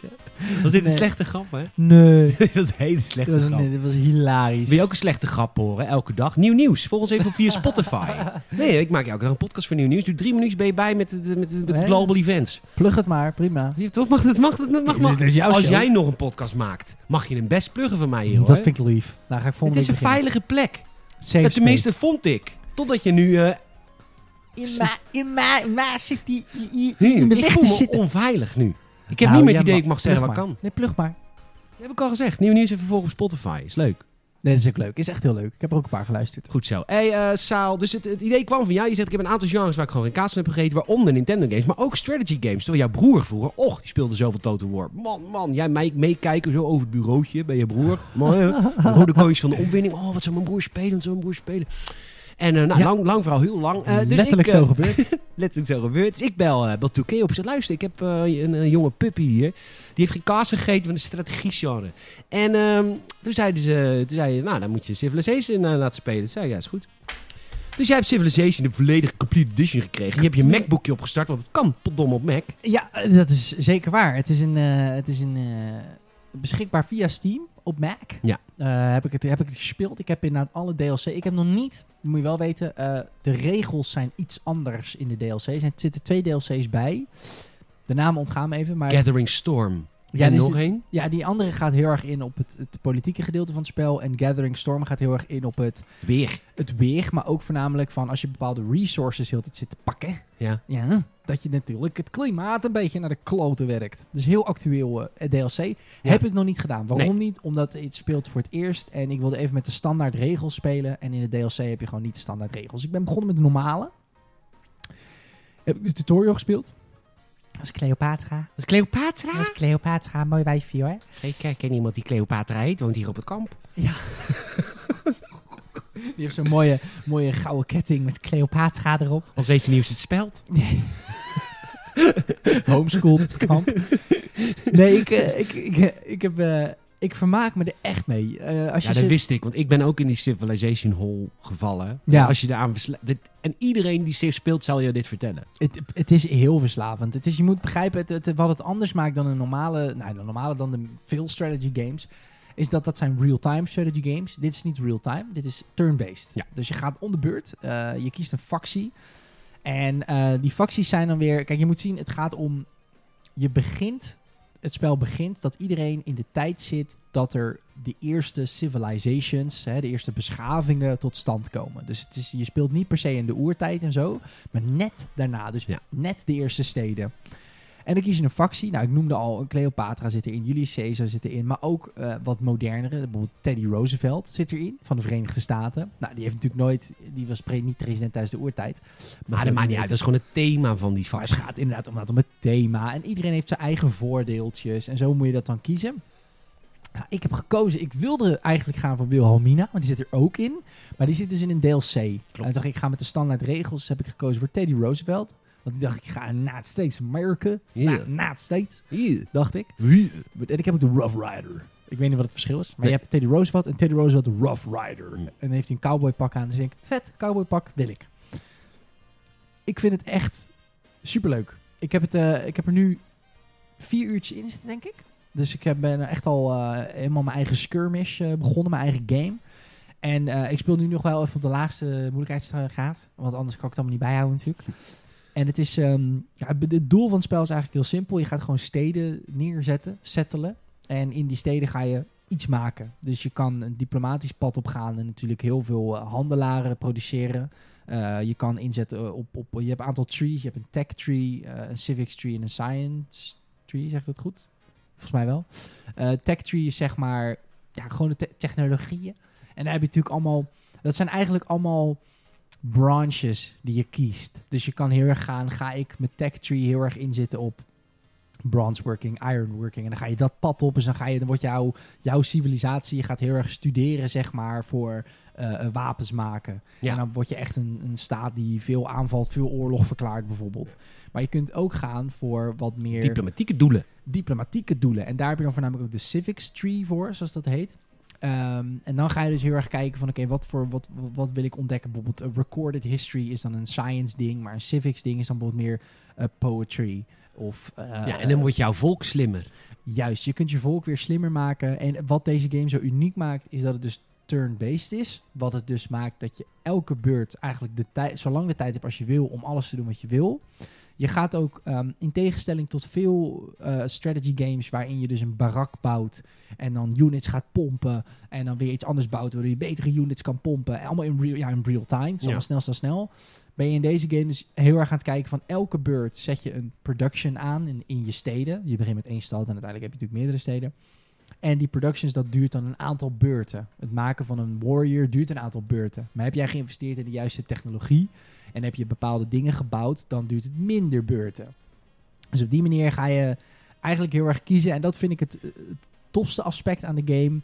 Speaker 1: Was dit een
Speaker 2: Nee.
Speaker 1: slechte grap, hè?
Speaker 2: Nee.
Speaker 1: dit was een hele slechte
Speaker 2: Dat was,
Speaker 1: grap.
Speaker 2: nee, dat was hilarisch.
Speaker 1: Wil je ook een slechte grap horen, elke dag? Nieuw nieuws, volg ons even op via Spotify. Nee, ik maak elke dag een podcast voor Nieuw Nieuws. Doe drie minuutjes ben je bij met, de- met, de- met de
Speaker 2: Nee.
Speaker 1: global events.
Speaker 2: Plug het maar, prima.
Speaker 1: Ja, Toch? Mag dat? Mag dat? Mag, mag.
Speaker 2: Dit is jouw
Speaker 1: Als
Speaker 2: show.
Speaker 1: jij nog een podcast maakt, mag je hem best pluggen van mij hier, hoor.
Speaker 2: dat vind ik lief. Nou ga ik
Speaker 1: Het
Speaker 2: volgende
Speaker 1: is een
Speaker 2: week beginnen.
Speaker 1: veilige plek.
Speaker 2: Safe
Speaker 1: Dat tenminste
Speaker 2: space.
Speaker 1: vond ik. Totdat je nu... eh,
Speaker 2: In ma, in ma, ma zit die i- i- in de
Speaker 1: ik voel
Speaker 2: lichten
Speaker 1: me
Speaker 2: zitten.
Speaker 1: onveilig nu. Ik heb
Speaker 2: Nou,
Speaker 1: niet meer
Speaker 2: ja,
Speaker 1: het idee,
Speaker 2: maar-
Speaker 1: ik mag zeggen wat
Speaker 2: plug
Speaker 1: ik kan.
Speaker 2: maar. Nee, plug maar.
Speaker 1: Dat heb ik al gezegd. Nieuw Nieuws even volgen op Spotify. Is leuk.
Speaker 2: Nee, dat is ook leuk. Is echt heel leuk. Ik heb er ook een paar geluisterd.
Speaker 1: Goed zo. Hey, eh, Saal, dus het, het idee kwam van jou. Je zegt, ik heb een aantal genres waar ik gewoon geen kaas van heb gegeten. Waaronder Nintendo games, maar ook strategy games. Terwijl jouw broer vroeger, och, die speelde zoveel Total War. Man, man, jij mij meekijken zo over het bureautje bij je broer. Man, eh, de rode kooitjes van de opwinding. Oh, wat zou mijn broer spelen, wat zou mijn broer spelen. En eh, nou,
Speaker 2: Ja.
Speaker 1: lang, lang vooral heel lang. Eh, dus
Speaker 2: Letterlijk
Speaker 1: ik, eh,
Speaker 2: zo gebeurd.
Speaker 1: letterlijk zo gebeurd. Dus ik bel, eh bel 2K op. Ik zeg, luister, ik heb eh, een, eh, jonge puppy hier. Die heeft geen kaas gegeten van de strategiegenre. En ehm, toen zeiden ze, toen zei je, nou, dan moet je Civilization eh, laten spelen. Toen zei ik, ja, is goed. Dus jij hebt Civilization de volledige Complete Edition gekregen. Je hebt je MacBookje opgestart, want het kan potdom op Mac.
Speaker 2: Ja, dat is zeker waar. Het is een, eh, het is een eh, beschikbaar via Steam op Mac.
Speaker 1: Ja.
Speaker 2: Eh, heb, ik het, heb ik het gespeeld. Ik heb inderdaad alle DLC. Ik heb nog niet, dat moet je wel weten, eh, de regels zijn iets anders in de DLC's. Er zitten twee DLC's bij. De namen ontgaan me even, maar...
Speaker 1: Gathering Storm.
Speaker 2: ja,
Speaker 1: en
Speaker 2: dus
Speaker 1: nog
Speaker 2: de-
Speaker 1: één.
Speaker 2: ja, die andere gaat heel erg in op het, het politieke gedeelte van het spel. En Gathering Storm gaat heel erg in op het,
Speaker 1: Weer.
Speaker 2: het weer. Maar ook voornamelijk van als je bepaalde resources heel de tijd zit te pakken.
Speaker 1: Ja.
Speaker 2: Ja, dat je natuurlijk het klimaat een beetje naar de kloten werkt. Dus heel actueel eh, DLC. Heb ik nog niet gedaan. Waarom niet? Omdat het speelt voor het eerst. En ik wilde even met de standaard regels spelen. En in de DLC heb je gewoon niet de standaard regels. Ik ben begonnen met de normale. Heb ik de tutorial gespeeld. Als Cleopatra.
Speaker 1: Dat is Cleopatra.
Speaker 2: Als Cleopatra. Mooi wijfje hoor.
Speaker 1: Ik eh, ken iemand die Cleopatra heet, woont hier op het kamp.
Speaker 2: Die heeft zo'n mooie, mooie gouden ketting met Cleopatra erop.
Speaker 1: Als weet ze niet hoe ze het spelt.
Speaker 2: Homeschooled op het kamp. Nee, ik, eh, ik, ik, eh, ik, heb, eh, ik vermaak me er echt mee. Eh, als
Speaker 1: Ja,
Speaker 2: je
Speaker 1: dat
Speaker 2: zit-
Speaker 1: wist ik, want ik ben ook in die Civilization Hall gevallen.
Speaker 2: Ja.
Speaker 1: Als je daar aan En iedereen die Civ speelt, zal je dit vertellen.
Speaker 2: Het, het is heel verslavend. Het is, je moet begrijpen, het, het- wat het anders maakt dan een normale, nou, de normale dan de veel strategy games, is dat dat zijn real-time strategy games. Dit is niet real-time, dit is turn-based.
Speaker 1: Ja.
Speaker 2: Dus je gaat om de beurt, eh, je kiest een factie. En eh, die facties zijn dan weer, kijk, je moet zien, het gaat om, je begint, het spel begint dat iedereen in de tijd zit dat er de eerste civilizations, hè, de eerste beschavingen tot stand komen. Dus het is, je speelt niet per se in de oertijd en zo, maar net daarna. Dus
Speaker 1: Ja.
Speaker 2: net de eerste steden. En dan kies je een factie. Nou, ik noemde al, een Cleopatra zit erin, Julius Caesar zit erin. Maar ook eh, wat modernere, bijvoorbeeld Teddy Roosevelt zit erin, van de Verenigde Staten. Nou, die heeft natuurlijk nooit, die was pre- niet president tijdens de oertijd.
Speaker 1: Maar Ah, dat maakt niet uit. Dat is gewoon het thema van die
Speaker 2: Maar het
Speaker 1: factie.
Speaker 2: gaat inderdaad om, om het thema. En iedereen heeft zijn eigen voordeeltjes. En zo moet je dat dan kiezen. Nou, ik heb gekozen, ik wilde eigenlijk gaan voor Wilhelmina, want die zit er ook in. Maar die zit dus in een DLC. En toen dacht ik, ik ga met de standaard regels. Dus heb ik gekozen voor Teddy Roosevelt. Want ik dacht, ik ga naar States Amerika.
Speaker 1: Ja.
Speaker 2: Na, States, dacht ik. En ik heb ook de Rough Rider. Ik weet niet wat het verschil is. Maar
Speaker 1: Nee.
Speaker 2: je hebt Teddy Roosevelt en Teddy Roosevelt Rough Rider. En heeft hij een cowboypak aan. Dus ik denk, vet, cowboypak wil ik. Ik vind het echt superleuk. Ik heb, het, eh, ik heb er nu vier uurtjes in zitten, denk ik. Dus ik heb- ben echt al eh, helemaal mijn eigen skirmish eh, begonnen, mijn eigen game. En eh, ik speel nu nog wel even op de laagste moeilijkheidsgraad. Want anders kan ik het allemaal niet bijhouden natuurlijk. En het is... ehm, ja, het be- het doel van het spel is eigenlijk heel simpel. Je gaat gewoon steden neerzetten, settelen. En in die steden ga je iets maken. Dus je kan een diplomatisch pad opgaan en natuurlijk heel veel eh, handelaren produceren. Eh, je kan inzetten op, op... Je hebt een aantal trees. Je hebt een tech tree, eh, een civics tree en een science tree. Zegt dat goed? Volgens mij wel. Eh, tech tree is zeg maar ja, gewoon de te- technologieën. En daar heb je natuurlijk allemaal... Dat zijn eigenlijk allemaal branches die je kiest. Dus je kan heel erg gaan... Ga ik met tech tree heel erg inzitten op bronze working, iron working. En dan ga je dat pad op. Dus dan, ga je, dan wordt jouw, jouw civilisatie... Je gaat heel erg studeren, zeg maar, voor eh, eh, wapens maken.
Speaker 1: Ja.
Speaker 2: En dan word je echt een, een staat die veel aanvalt, veel oorlog verklaart bijvoorbeeld. Maar je kunt ook gaan voor wat meer
Speaker 1: Diplomatieke doelen.
Speaker 2: diplomatieke doelen. En daar heb je dan voornamelijk ook de civics tree voor, zoals dat heet. Ehm, en dan ga je dus heel erg kijken van, oké, wat voor wat, wat wil ik ontdekken? Bijvoorbeeld eh, recorded history is dan een science ding, maar een civics ding is dan bijvoorbeeld meer eh, poetry. Of, eh,
Speaker 1: ja, en dan wordt jouw volk slimmer.
Speaker 2: Juist, je kunt je volk weer slimmer maken. En wat deze game zo uniek maakt, is dat het dus turn-based is. Wat het dus maakt dat je elke beurt eigenlijk de tijd, zo lang de tijd hebt als je wil, om alles te doen wat je wil. Je gaat ook, ehm, in tegenstelling tot veel eh, strategy games, waarin je dus een barak bouwt en dan units gaat pompen en dan weer iets anders bouwt, waardoor je betere units kan pompen. En Allemaal in real, ja, in real time, het is allemaal
Speaker 1: Ja.
Speaker 2: snel, snel, snel. Ben je in deze game dus heel erg aan het kijken van elke beurt zet je een production aan in, in je steden. Je begint met één stad en uiteindelijk heb je natuurlijk meerdere steden. En die productions, dat duurt dan een aantal beurten. Het maken van een warrior duurt een aantal beurten. Maar heb jij geïnvesteerd in de juiste technologie en heb je bepaalde dingen gebouwd, dan duurt het minder beurten. Dus op die manier ga je eigenlijk heel erg kiezen. En dat vind ik het, eh, het tofste aspect aan de game.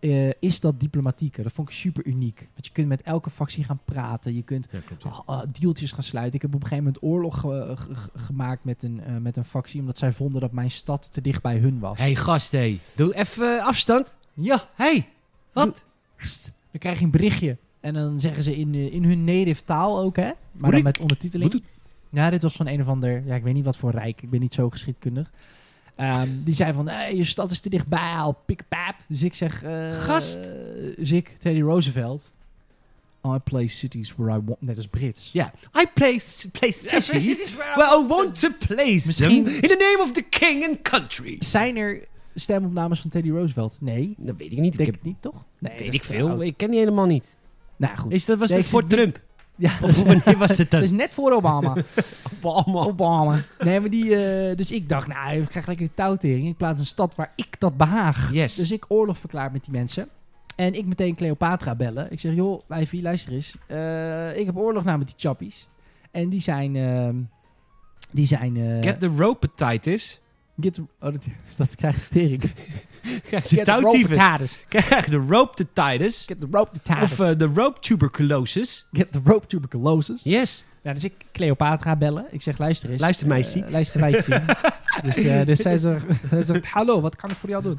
Speaker 2: eh, is dat diplomatieke. Dat vond ik super uniek. Want je kunt met elke factie gaan praten. Je kunt
Speaker 1: Ja, klopt.
Speaker 2: Ah, ah, dealtjes gaan sluiten. Ik heb op een gegeven moment oorlog ge- eh, ge- ge- gemaakt met een, eh, met een factie. Omdat zij vonden dat mijn stad te dicht bij hun was.
Speaker 1: Oh, hey, gast, hé. Doe even eh, afstand.
Speaker 2: Ja,
Speaker 1: hey, wat?
Speaker 2: dan krijg je een berichtje. En dan zeggen ze in, eh, in hun native taal ook, hè? Maar dan
Speaker 1: Moeilijk.
Speaker 2: met ondertiteling.
Speaker 1: Moet-
Speaker 2: Ja, dit was van een of ander. Ja, ik weet niet wat voor rijk. Ik ben niet zo geschiedkundig. Ehm, die zei van, "Eh, je stad is te dichtbij, al pikpaap. Dus ik zeg, eh,
Speaker 1: Gast.
Speaker 2: Dus ik, Teddy Roosevelt. I play cities where I want. Net als Brits.
Speaker 1: Ja. I place, place cities where I want to place
Speaker 2: Misschien-
Speaker 1: them in the name of the king and country.
Speaker 2: Zijn er stemopnames van Teddy Roosevelt? Nee.
Speaker 1: Dat weet ik niet.
Speaker 2: Ik
Speaker 1: Ik
Speaker 2: denk
Speaker 1: heb-
Speaker 2: het niet, toch? Nee,
Speaker 1: weet ik veel. Ik ken die helemaal niet.
Speaker 2: Nou goed.
Speaker 1: Is dat, was
Speaker 2: Nee,
Speaker 1: dat
Speaker 2: ik
Speaker 1: voor
Speaker 2: zit niet-
Speaker 1: Trump?
Speaker 2: ja, dat
Speaker 1: Of Oh.
Speaker 2: is,
Speaker 1: wanneer was dat
Speaker 2: dat
Speaker 1: dan?
Speaker 2: is net voor Obama.
Speaker 1: Obama.
Speaker 2: Obama. Nee, maar die... eh, dus ik dacht, nou, ik krijg lekker de touwtering. Ik plaats een stad waar ik dat behaag.
Speaker 1: Yes.
Speaker 2: Dus ik oorlog verklaar met die mensen. En ik meteen Cleopatra bellen. Ik zeg, joh, wijfie, luister eens. Eh, ik heb oorlog nou met die chappies. En die zijn... ehm, die zijn... eh,
Speaker 1: Get the rope titus.
Speaker 2: get the- oh, dat, dat krijg ik tering.
Speaker 1: Krijg de
Speaker 2: Get the rope
Speaker 1: touwtyfus.
Speaker 2: tatus.
Speaker 1: Krijg de rope titus.
Speaker 2: Get the rope tatus.
Speaker 1: Of eh, de rope tuberculosis.
Speaker 2: Get the rope tuberculosis.
Speaker 1: Yes.
Speaker 2: Ja, dus ik Cleopatra bellen. Ik zeg, luister eens.
Speaker 1: Luister, meisje.
Speaker 2: Eh, luister, wijfje. dus, eh, dus zij zegt, zij zegt, hallo, wat kan ik voor jou doen?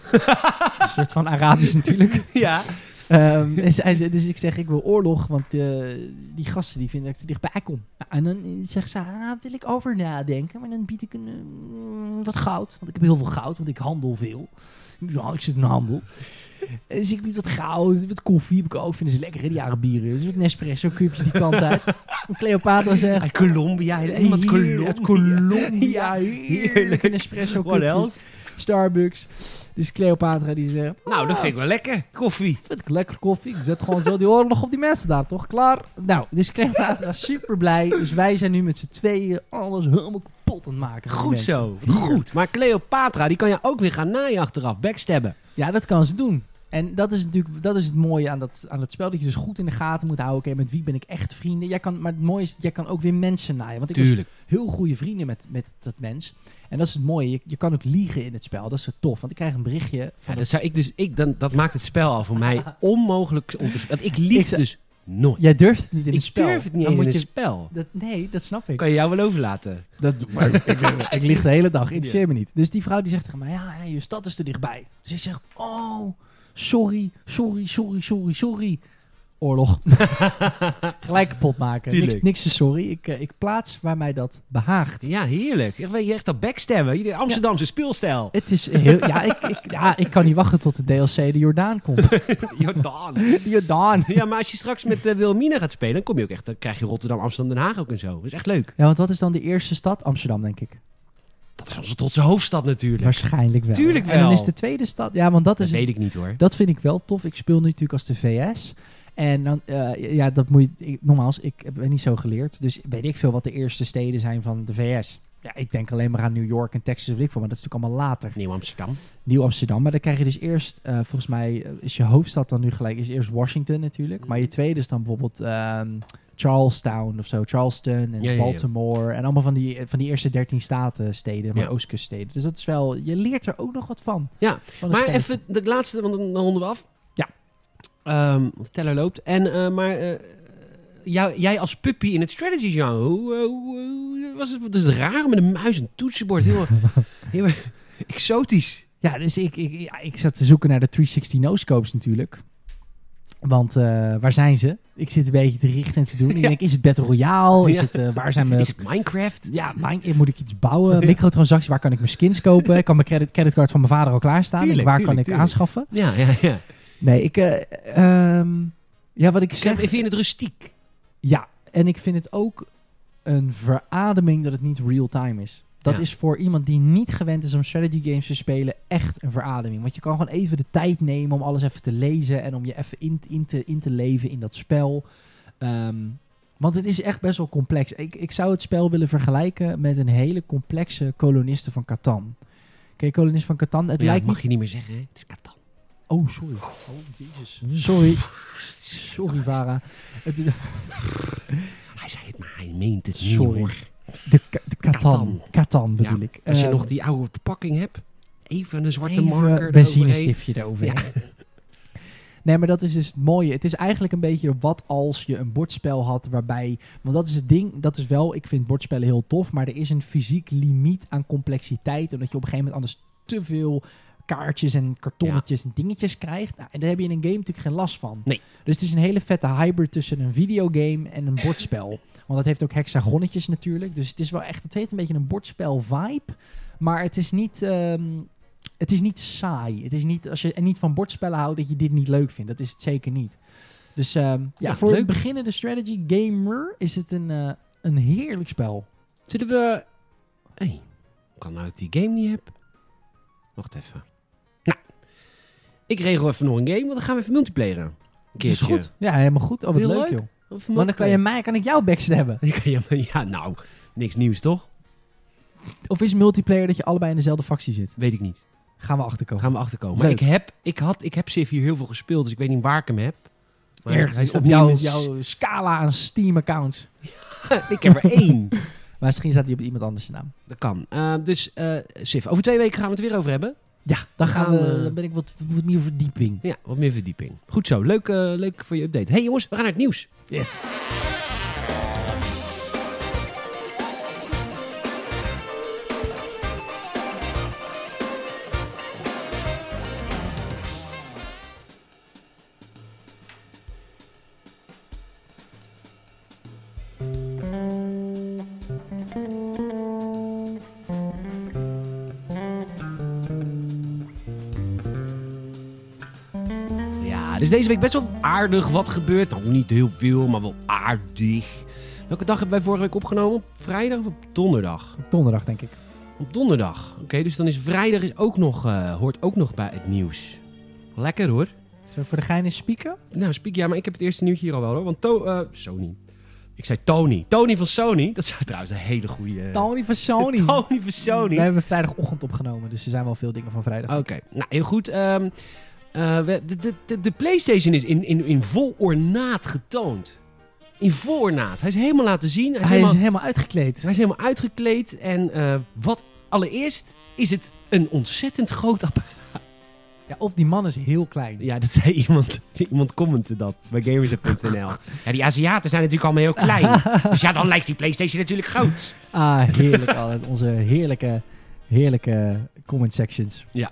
Speaker 2: een soort van Arabisch natuurlijk.
Speaker 1: ja.
Speaker 2: Ehm, en zij zegt- dus ik zeg, ik wil oorlog, want eh, die gasten die vinden dat ik te dichtbij kom. Nou, En dan zegt ze, ah, daar wil ik over nadenken, maar dan bied ik een, eh, wat goud. Want ik heb heel veel goud, want ik handel veel. Ik, bedoel, oh, ik zit in de handel. Dus ik bied wat goud, wat koffie heb ik ook, vinden ze lekker, hè, die Arabieren. Dus wat Nespresso, cupjes die kant uit. En Cleopatra zegt,
Speaker 1: Uit Colombia. Iemand
Speaker 2: hier,
Speaker 1: Colombia.
Speaker 2: Uit
Speaker 1: Ja,
Speaker 2: Colombia. Heerlijk. Een espresso
Speaker 1: What
Speaker 2: cupjes.
Speaker 1: else?
Speaker 2: Starbucks. Dus Cleopatra die zegt...
Speaker 1: Nou, dat vind ik wel lekker. Koffie.
Speaker 2: Vind ik lekker koffie. Ik zet gewoon zo die oorlog op die mensen daar, toch? Klaar? Nou, dus Cleopatra is super blij. Dus wij zijn nu met z'n tweeën alles helemaal kapot aan het maken. van die
Speaker 1: Goed
Speaker 2: mensen.
Speaker 1: zo.
Speaker 2: Hier.
Speaker 1: Goed. Maar Cleopatra, die kan je ook weer gaan naaien achteraf. Backstabben.
Speaker 2: Ja, dat kan ze doen. En dat is natuurlijk dat is het mooie aan dat, aan dat spel. Dat je dus goed in de gaten moet houden. Oké, met wie ben ik echt vrienden? Jij kan, maar het mooie is, jij kan ook weer mensen naaien. Want ik was heel goede vrienden met, met dat mens. En dat is het mooie. Je, je kan ook liegen in het spel. Dat is zo tof. Want ik krijg een berichtje
Speaker 1: Ja, dus
Speaker 2: van
Speaker 1: dat, zou ik dus, ik, dan, dat maakt het spel al voor mij onmogelijk om te... Dat ik
Speaker 2: Ik
Speaker 1: lieg
Speaker 2: zou-
Speaker 1: dus Nooit.
Speaker 2: Jij durft het niet in een
Speaker 1: ik
Speaker 2: spel.
Speaker 1: durf het niet
Speaker 2: Dan
Speaker 1: eens in
Speaker 2: moet
Speaker 1: een
Speaker 2: je-
Speaker 1: spel.
Speaker 2: dat, nee, dat snap ik.
Speaker 1: Kan je jou wel overlaten?
Speaker 2: Dat doe maar. ik, ben- ik lig de hele dag, interesseer
Speaker 1: Ja.
Speaker 2: me niet. Dus die vrouw die zegt tegen mij, ja, ja, je stad is te dichtbij. Dus ik zeg, oh, sorry, sorry, sorry, sorry, sorry. Oorlog. Gelijk kapot maken.
Speaker 1: Tuurlijk.
Speaker 2: Niks, niks is sorry. Ik, eh, ik plaats waar mij dat behaagt.
Speaker 1: Ja, heerlijk. Echt, weet je echt dat backstabben. Je- Amsterdamse speelstijl.
Speaker 2: Het is heel, ja, ik, ik, ja, ik kan niet wachten tot de DLC de Jordaan komt.
Speaker 1: Jordaan.
Speaker 2: De Jordaan.
Speaker 1: Ja, maar als je straks met eh, Wilhelmina gaat spelen, dan kom je ook echt. Dan krijg je Rotterdam, Amsterdam, Den Haag ook en zo. Dat is echt leuk.
Speaker 2: Ja, want wat is dan de eerste stad? Amsterdam, denk ik.
Speaker 1: Dat is onze trotse hoofdstad natuurlijk.
Speaker 2: Waarschijnlijk wel.
Speaker 1: Tuurlijk
Speaker 2: En dan
Speaker 1: wel.
Speaker 2: is de tweede stad, ja, want dat
Speaker 1: dat
Speaker 2: is het
Speaker 1: weet ik niet hoor.
Speaker 2: Dat vind ik wel tof. Ik speel nu natuurlijk als de VS. En dan, eh, ja, dat moet je. Ik, nogmaals, ik ben niet zo geleerd. Dus weet ik veel wat de eerste steden zijn van de VS. Ja, ik denk alleen maar aan New York en Texas, weet ik veel. Maar dat is natuurlijk allemaal later.
Speaker 1: Nieuw
Speaker 2: Oh,
Speaker 1: Amsterdam.
Speaker 2: Nieuw Amsterdam. Maar dan krijg je dus eerst, eh, volgens mij, eh, is je hoofdstad dan nu gelijk. Is eerst Washington natuurlijk. Maar
Speaker 1: Mhm.
Speaker 2: je tweede is dan bijvoorbeeld ehm, Charlestown of zo. Charleston en
Speaker 1: Ja, ja, ja.
Speaker 2: Baltimore. En allemaal van die, eh, van die eerste 13 staten, steden. Maar
Speaker 1: Ja.
Speaker 2: oostkuststeden. Dus dat is wel. Je leert er ook nog wat van.
Speaker 1: Ja,
Speaker 2: Van een
Speaker 1: Maar
Speaker 2: spelletje.
Speaker 1: even de laatste, want dan dan ronden we af.
Speaker 2: Ja.
Speaker 1: Ehm, want de teller loopt. En, eh, maar eh, jou, jij als puppy in het strategy genre, hoe, eh, hoe, hoe was het, was het raar om met een muis en toetsenbord? Heel, heel erg exotisch.
Speaker 2: Ja, dus ik, ik, ja, ik zat te zoeken naar de 360 no-scopes natuurlijk. Want eh, waar zijn ze? Ik zit een beetje te richten en te doen. Ik
Speaker 1: Ja.
Speaker 2: denk, is het Battle Royale? Is
Speaker 1: Ja.
Speaker 2: het, eh, waar zijn mijn...
Speaker 1: Is het Minecraft?
Speaker 2: Ja, mijn, eh, moet ik iets bouwen? Microtransacties, waar kan ik mijn skins kopen? Kan mijn credit, creditcard van mijn vader al klaarstaan?
Speaker 1: Tuurlijk,
Speaker 2: En waar kan
Speaker 1: tuurlijk,
Speaker 2: ik
Speaker 1: tuurlijk.
Speaker 2: aanschaffen?
Speaker 1: Ja, ja, ja.
Speaker 2: Nee, ik... eh, ehm, ja, wat ik
Speaker 1: Ik heb
Speaker 2: zeg...
Speaker 1: even in het rustiek.
Speaker 2: Ja, en ik vind het ook een verademing dat het niet real-time is. Dat
Speaker 1: Ja.
Speaker 2: is voor iemand die niet gewend is om strategy games te spelen echt een verademing. Want je kan gewoon even de tijd nemen om alles even te lezen en om je even in, in, te, in te leven in dat spel. Ehm, want het is echt best wel complex. Ik, ik zou het spel willen vergelijken met een hele complexe kolonisten van Catan. Kijk, kolonisten van Catan, het
Speaker 1: Ja, dat
Speaker 2: lijkt
Speaker 1: mag
Speaker 2: niet...
Speaker 1: je niet meer zeggen, hè? Het is Catan.
Speaker 2: Oh, sorry. Oh, jezus. Sorry. Sorry, Vara. Het,
Speaker 1: Hij zei het, maar hij meent het niet,
Speaker 2: Sorry.
Speaker 1: hoor.
Speaker 2: De, ka- de
Speaker 1: Catan.
Speaker 2: Catan. Catan bedoel
Speaker 1: Ja,
Speaker 2: ik.
Speaker 1: Als je
Speaker 2: Eh,
Speaker 1: nog die oude verpakking hebt, even een zwarte
Speaker 2: even
Speaker 1: marker eroverheen.
Speaker 2: benzinestiftje erover.
Speaker 1: Ja.
Speaker 2: Nee, maar dat is dus het mooie. Het is eigenlijk een beetje wat als je een bordspel had waarbij... Want dat is het ding, dat is wel... Ik vind bordspellen heel tof, maar er is een fysiek limiet aan complexiteit. Omdat je op een gegeven moment anders te veel kaartjes en kartonnetjes en dingetjes krijgt. Nou, en daar heb je in een game natuurlijk geen last van.
Speaker 1: Nee.
Speaker 2: Dus het is een hele vette hybrid tussen een videogame en een bordspel. Want het heeft ook hexagonnetjes natuurlijk. Dus het is wel echt... Het heeft een beetje een bordspel-vibe. Maar het is niet... ehm, het is niet saai. Het is niet, als je en niet van bordspellen houdt, dat je dit niet leuk vindt. Dat is het zeker niet. Dus ehm, ja,
Speaker 1: Ja,
Speaker 2: voor
Speaker 1: leuk.
Speaker 2: een beginnende strategy gamer is het een, eh, een heerlijk spel.
Speaker 1: Zullen we... Hé, hey, kan nou dat ik die game niet heb? Wacht even. Nou, ik regel even nog een game, want dan gaan we even multiplayeren. Een
Speaker 2: Het is
Speaker 1: keertje.
Speaker 2: goed. Ja, helemaal goed. Oh, wat
Speaker 1: Heel
Speaker 2: leuk,
Speaker 1: leuk.
Speaker 2: joh.
Speaker 1: Of
Speaker 2: Want dan kan, je mij, kan ik jou hebben.
Speaker 1: multiplayer? Dan kan je- Ja, nou, niks nieuws toch?
Speaker 2: Of is multiplayer dat je allebei in dezelfde factie zit?
Speaker 1: Weet ik niet.
Speaker 2: Gaan we achterkomen.
Speaker 1: Gaan we achterkomen. Maar
Speaker 2: Leuk.
Speaker 1: ik heb, ik, had, ik heb Civ hier heel veel gespeeld, dus ik weet niet waar ik hem heb. Maar
Speaker 2: Ergens
Speaker 1: hij
Speaker 2: is
Speaker 1: is
Speaker 2: dat
Speaker 1: opnieuw
Speaker 2: jouw,
Speaker 1: in-
Speaker 2: jouw scala aan Steam-accounts.
Speaker 1: ik heb er één.
Speaker 2: Maar misschien staat die op iemand anders je naam.
Speaker 1: Dat kan. Eh, dus eh Civ, over twee weken gaan we het weer over hebben.
Speaker 2: Ja, dan, gaan
Speaker 1: gaan
Speaker 2: we,
Speaker 1: we-
Speaker 2: dan ben ik wat, wat meer verdieping.
Speaker 1: Ja, wat meer verdieping. Goed zo. Leuk, eh, leuk voor je update. hey, jongens, we gaan naar het nieuws.
Speaker 2: Yes.
Speaker 1: Ja, dus deze week best wel aardig wat gebeurt. Nou, niet heel veel, maar wel aardig. Welke dag hebben wij vorige week opgenomen? Op vrijdag of op donderdag?
Speaker 2: Donderdag, denk ik.
Speaker 1: Op donderdag. Oké, dus dan is vrijdag is ook nog, eh, hoort ook nog bij het nieuws. Lekker hoor.
Speaker 2: Zullen we voor de gein eens spieken?
Speaker 1: Nou, Spiek, ja, maar ik heb het eerste nieuwtje hier al wel hoor. Want To... eh, Sony. Ik zei Tony. Tony van Sony. Dat zou trouwens een hele goede...
Speaker 2: Tony van Sony.
Speaker 1: Tony van Sony.
Speaker 2: We hebben vrijdagochtend opgenomen, dus er zijn wel veel dingen van vrijdag.
Speaker 1: Oké, nou heel goed. Ehm, eh, we- de, de, de, de PlayStation is in, in, in vol ornaat getoond. In vol ornaat. Hij is helemaal laten zien. Hij is,
Speaker 2: Hij
Speaker 1: helemaal,
Speaker 2: is helemaal uitgekleed.
Speaker 1: hij is helemaal uitgekleed. En eh, wat allereerst is het een ontzettend groot apparaat.
Speaker 2: Ja, of die man is heel klein.
Speaker 1: Ja, dat zei iemand. Iemand commentte dat bij gamers.nl. Ja, die Aziaten zijn natuurlijk allemaal heel klein. dus ja, dan lijkt die PlayStation natuurlijk groot.
Speaker 2: Ah, heerlijk altijd. Onze heerlijke, heerlijke comment sections.
Speaker 1: Ja.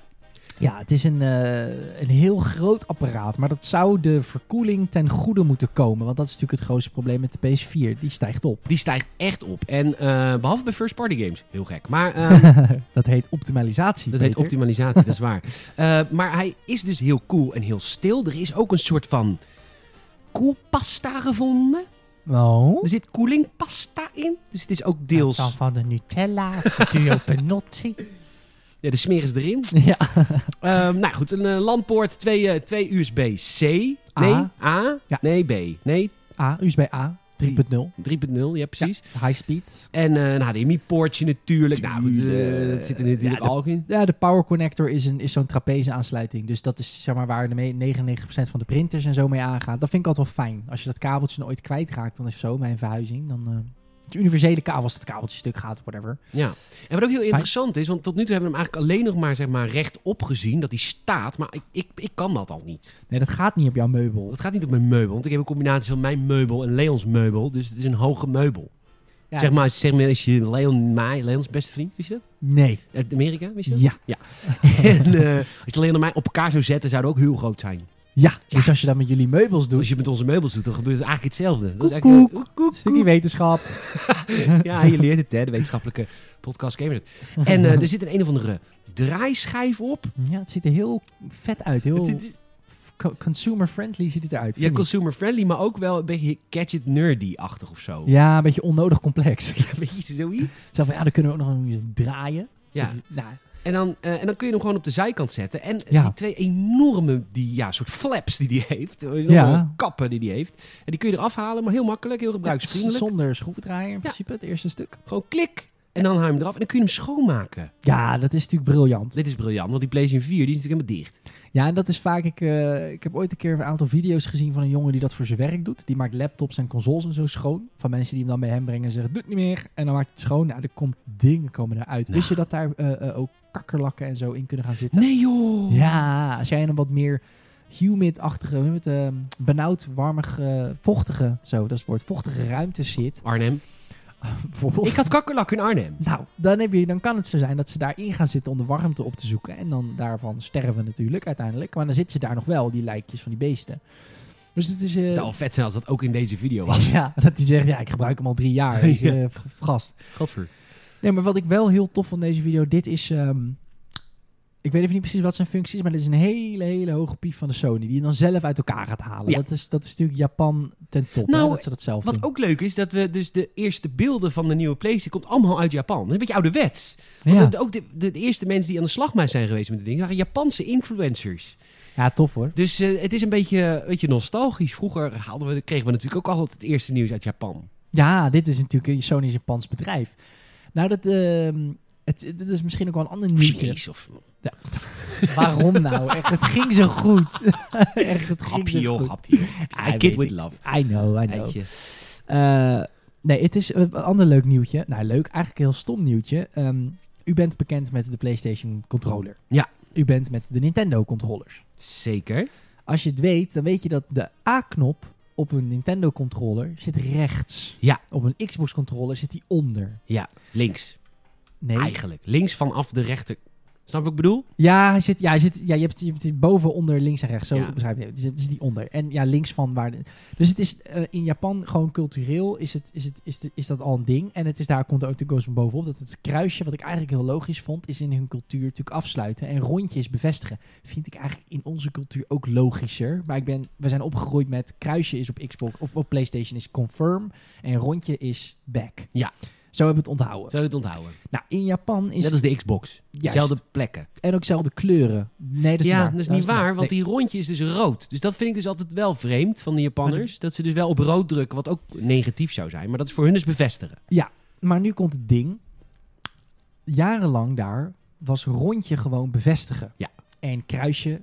Speaker 2: Ja, het is een, eh, een heel groot apparaat. Maar dat zou de verkoeling ten goede moeten komen. Want dat is natuurlijk het grootste probleem met de PS4. Die stijgt op.
Speaker 1: Die stijgt echt op. En eh, behalve bij first party games. Heel gek. Maar eh,
Speaker 2: dat heet optimalisatie.
Speaker 1: dat heet
Speaker 2: Peter.
Speaker 1: optimalisatie, dat is waar. Eh, maar hij is dus heel cool en heel stil. Er is ook een soort van koelpasta gevonden.
Speaker 2: Oh.
Speaker 1: Er zit koelingpasta in. Dus het is ook deels...
Speaker 2: Dan van de Nutella of de Duo Penotti.
Speaker 1: Ja, de smeer is erin.
Speaker 2: Ja.
Speaker 1: Ehm, nou goed, een eh, landpoort, twee, eh, twee USB-C. Nee, A.
Speaker 2: A. Ja.
Speaker 1: Nee, B. Nee,
Speaker 2: A, USB A 3.0.
Speaker 1: 3.0, ja precies.
Speaker 2: High speed.
Speaker 1: En eh, een HDMI-poortje natuurlijk. Nou, dat, eh, dat zit er natuurlijk
Speaker 2: Ja, de-
Speaker 1: al in.
Speaker 2: Ja, de power connector is, een, is zo'n trapeze aansluiting. Dus dat is zeg maar waar de me- 99% van de printers en zo mee aangaat. Dat vind ik altijd wel fijn. Als je dat kabeltje nooit kwijtraakt, dan is zo mijn verhuizing. Dan, eh, het universele kabel, als dat kabeltje stuk gaat, whatever.
Speaker 1: Ja. En wat ook heel
Speaker 2: Fijn.
Speaker 1: interessant is, want tot nu toe hebben we hem eigenlijk alleen nog maar, zeg maar rechtop gezien. Dat hij staat, maar ik, ik, ik kan dat al niet.
Speaker 2: Nee, dat gaat niet op jouw meubel.
Speaker 1: Dat gaat niet op mijn meubel, want ik heb een combinatie van mijn meubel en Leons meubel. Dus het is een hoge meubel.
Speaker 2: Ja,
Speaker 1: zeg,
Speaker 2: het-
Speaker 1: maar, zeg maar, als je Leon, mij, Leons beste vriend, wist je dat?
Speaker 2: Nee.
Speaker 1: Uit Amerika, wist je dat?
Speaker 2: Ja.
Speaker 1: en eh, als je het alleen naar mij op elkaar zou zetten, zou dat ook heel groot zijn.
Speaker 2: ja. Dus als je dat met jullie meubels
Speaker 1: Als
Speaker 2: doet.
Speaker 1: je het met onze meubels doet, dan gebeurt het eigenlijk hetzelfde. Dat is
Speaker 2: Koekoek.
Speaker 1: eigenlijk, Koekoek.
Speaker 2: Stukje wetenschap.
Speaker 1: Ja, je leert het, hè, de wetenschappelijke podcast gamers. En eh, er zit een een of andere draaischijf op.
Speaker 2: Ja, het ziet er heel vet uit. Heel
Speaker 1: Het is-
Speaker 2: co- consumer-friendly ziet het eruit.
Speaker 1: ja,
Speaker 2: vind ik.
Speaker 1: consumer-friendly, maar ook wel een beetje gadget nerdy-achtig of zo.
Speaker 2: ja, een beetje onnodig complex.
Speaker 1: Weet je, zoiets.
Speaker 2: Zo van, ja, dan kunnen we ook nog een draaien.
Speaker 1: Ja.
Speaker 2: Zo van, nou,
Speaker 1: En dan, eh, en dan kun je hem gewoon op de zijkant zetten. En
Speaker 2: Ja.
Speaker 1: die twee enorme die, ja, soort flaps die hij heeft.
Speaker 2: Ja.
Speaker 1: Ja. Kappen die hij heeft. En die kun je eraf halen, maar heel makkelijk, heel gebruiksvriendelijk.
Speaker 2: Zonder schroevendraaier in principe, het eerste stuk.
Speaker 1: Gewoon klik. En dan haal je hem eraf en dan kun je hem schoonmaken.
Speaker 2: Ja, dat is natuurlijk briljant.
Speaker 1: Dit is briljant, want die PlayStation 4 die is natuurlijk helemaal dicht.
Speaker 2: Ja, en dat is vaak... Ik, eh, ik heb ooit een keer een aantal video's gezien van een jongen die dat voor zijn werk doet. Die maakt laptops en consoles en zo schoon. Van mensen die hem dan bij hem brengen en zeggen, doe het niet meer. En dan maakt het schoon. Nou, er komt dingen komen eruit.
Speaker 1: Nou.
Speaker 2: Wist je dat daar eh, eh, ook kakkerlakken en zo in kunnen gaan zitten?
Speaker 1: Nee joh!
Speaker 2: Ja, als jij een wat meer humid-achtige, humid, eh, benauwd, warmig, eh, vochtige, zo, dat is het woord, vochtige ruimte zit.
Speaker 1: Arnhem.
Speaker 2: Bijvoorbeeld.
Speaker 1: Ik had kakkerlak in Arnhem.
Speaker 2: Nou, dan, heb je, dan kan het zo zijn dat ze daarin gaan zitten om de warmte op te zoeken. En dan daarvan sterven natuurlijk uiteindelijk. Maar dan zitten ze daar nog wel, die lijkjes van die beesten. Dus het is... eh,
Speaker 1: Het zou wel vet zijn als dat ook in deze video was.
Speaker 2: ja, dat die zegt, ja, ik gebruik hem al drie jaar. Ik,
Speaker 1: Ja.
Speaker 2: eh, g- gast.
Speaker 1: Godver.
Speaker 2: Nee, maar wat ik wel heel tof van deze video, dit is... ehm, ik weet even niet precies wat zijn functie is, maar dit is een hele, hele hoge pief van de Sony. Die je dan zelf uit elkaar gaat halen.
Speaker 1: Ja.
Speaker 2: Dat, is, dat is natuurlijk Japan ten top,
Speaker 1: Nou,
Speaker 2: hè, dat ze dat zelf
Speaker 1: Wat
Speaker 2: doen.
Speaker 1: ook leuk is, dat we dus de eerste beelden van de nieuwe PlayStation komt allemaal uit Japan. Dat is een beetje ouderwets. Want
Speaker 2: ja.
Speaker 1: dat- ook de, de, de eerste mensen die aan de slag mee zijn geweest met de dingen waren Japanse influencers.
Speaker 2: ja, tof hoor.
Speaker 1: Dus eh, het is een beetje, eh, weet je, nostalgisch. Vroeger haalden we, kregen we natuurlijk ook altijd het eerste nieuws uit Japan.
Speaker 2: Ja, dit is natuurlijk Sony is een Japans bedrijf. Nou, dat, ehm, het, dit is misschien ook wel een ander nieuwtje.
Speaker 1: Chinees of
Speaker 2: Waarom nou? Echt, het ging zo goed. Echt, het ging
Speaker 1: hapje
Speaker 2: zo
Speaker 1: joh,
Speaker 2: goed.
Speaker 1: hapje joh.
Speaker 2: Ah,
Speaker 1: I
Speaker 2: weet
Speaker 1: kid with love.
Speaker 2: I know, I know.
Speaker 1: Eitje.
Speaker 2: Eh, nee, het is een ander leuk nieuwtje. Nou, leuk. Eigenlijk een heel stom nieuwtje. Ehm, u bent bekend met de PlayStation controller.
Speaker 1: Ja.
Speaker 2: U bent met de Nintendo controllers.
Speaker 1: Zeker.
Speaker 2: Als je het weet, dan weet je dat de A-knop op een Nintendo controller zit rechts.
Speaker 1: Ja.
Speaker 2: Op een Xbox controller zit die onder.
Speaker 1: Links.
Speaker 2: Nee.
Speaker 1: Eigenlijk. Links vanaf de rechter. Snap je wat ik bedoel?
Speaker 2: Ja, hij zit, ja, hij zit, ja je, hebt, je hebt die boven, onder, links en rechts. Zo
Speaker 1: Ja.
Speaker 2: beschrijf je het. Het is- Het is die onder. En ja, links van waar... de- dus het is eh, in Japan gewoon cultureel is, het, is, het, is, de- is dat al een ding. En het is daar komt er ook de goes van bovenop. Dat het kruisje, wat ik eigenlijk heel logisch vond, is in hun cultuur natuurlijk afsluiten. En rondjes bevestigen. Vind ik eigenlijk in onze cultuur ook logischer. Maar ik ben, we zijn opgegroeid met kruisje is op Xbox of op Playstation is confirm. En rondje is back.
Speaker 1: Ja.
Speaker 2: Zo hebben we het onthouden.
Speaker 1: Zou je het onthouden?
Speaker 2: Nou, in Japan is
Speaker 1: Net als de Xbox.
Speaker 2: Juist.
Speaker 1: Dezelfde plekken.
Speaker 2: en ook zelfde kleuren. Nee, dat is niet
Speaker 1: ja,
Speaker 2: waar.
Speaker 1: dat is niet waar, want
Speaker 2: Nee.
Speaker 1: die rondje is dus rood. Dus dat vind ik dus altijd wel vreemd van de Japanners. Dat ze dus wel op rood drukken, wat ook negatief zou zijn. Maar dat is voor hun dus bevestigen.
Speaker 2: Maar nu komt het ding. Jarenlang daar was rondje gewoon bevestigen.
Speaker 1: Ja.
Speaker 2: En kruisje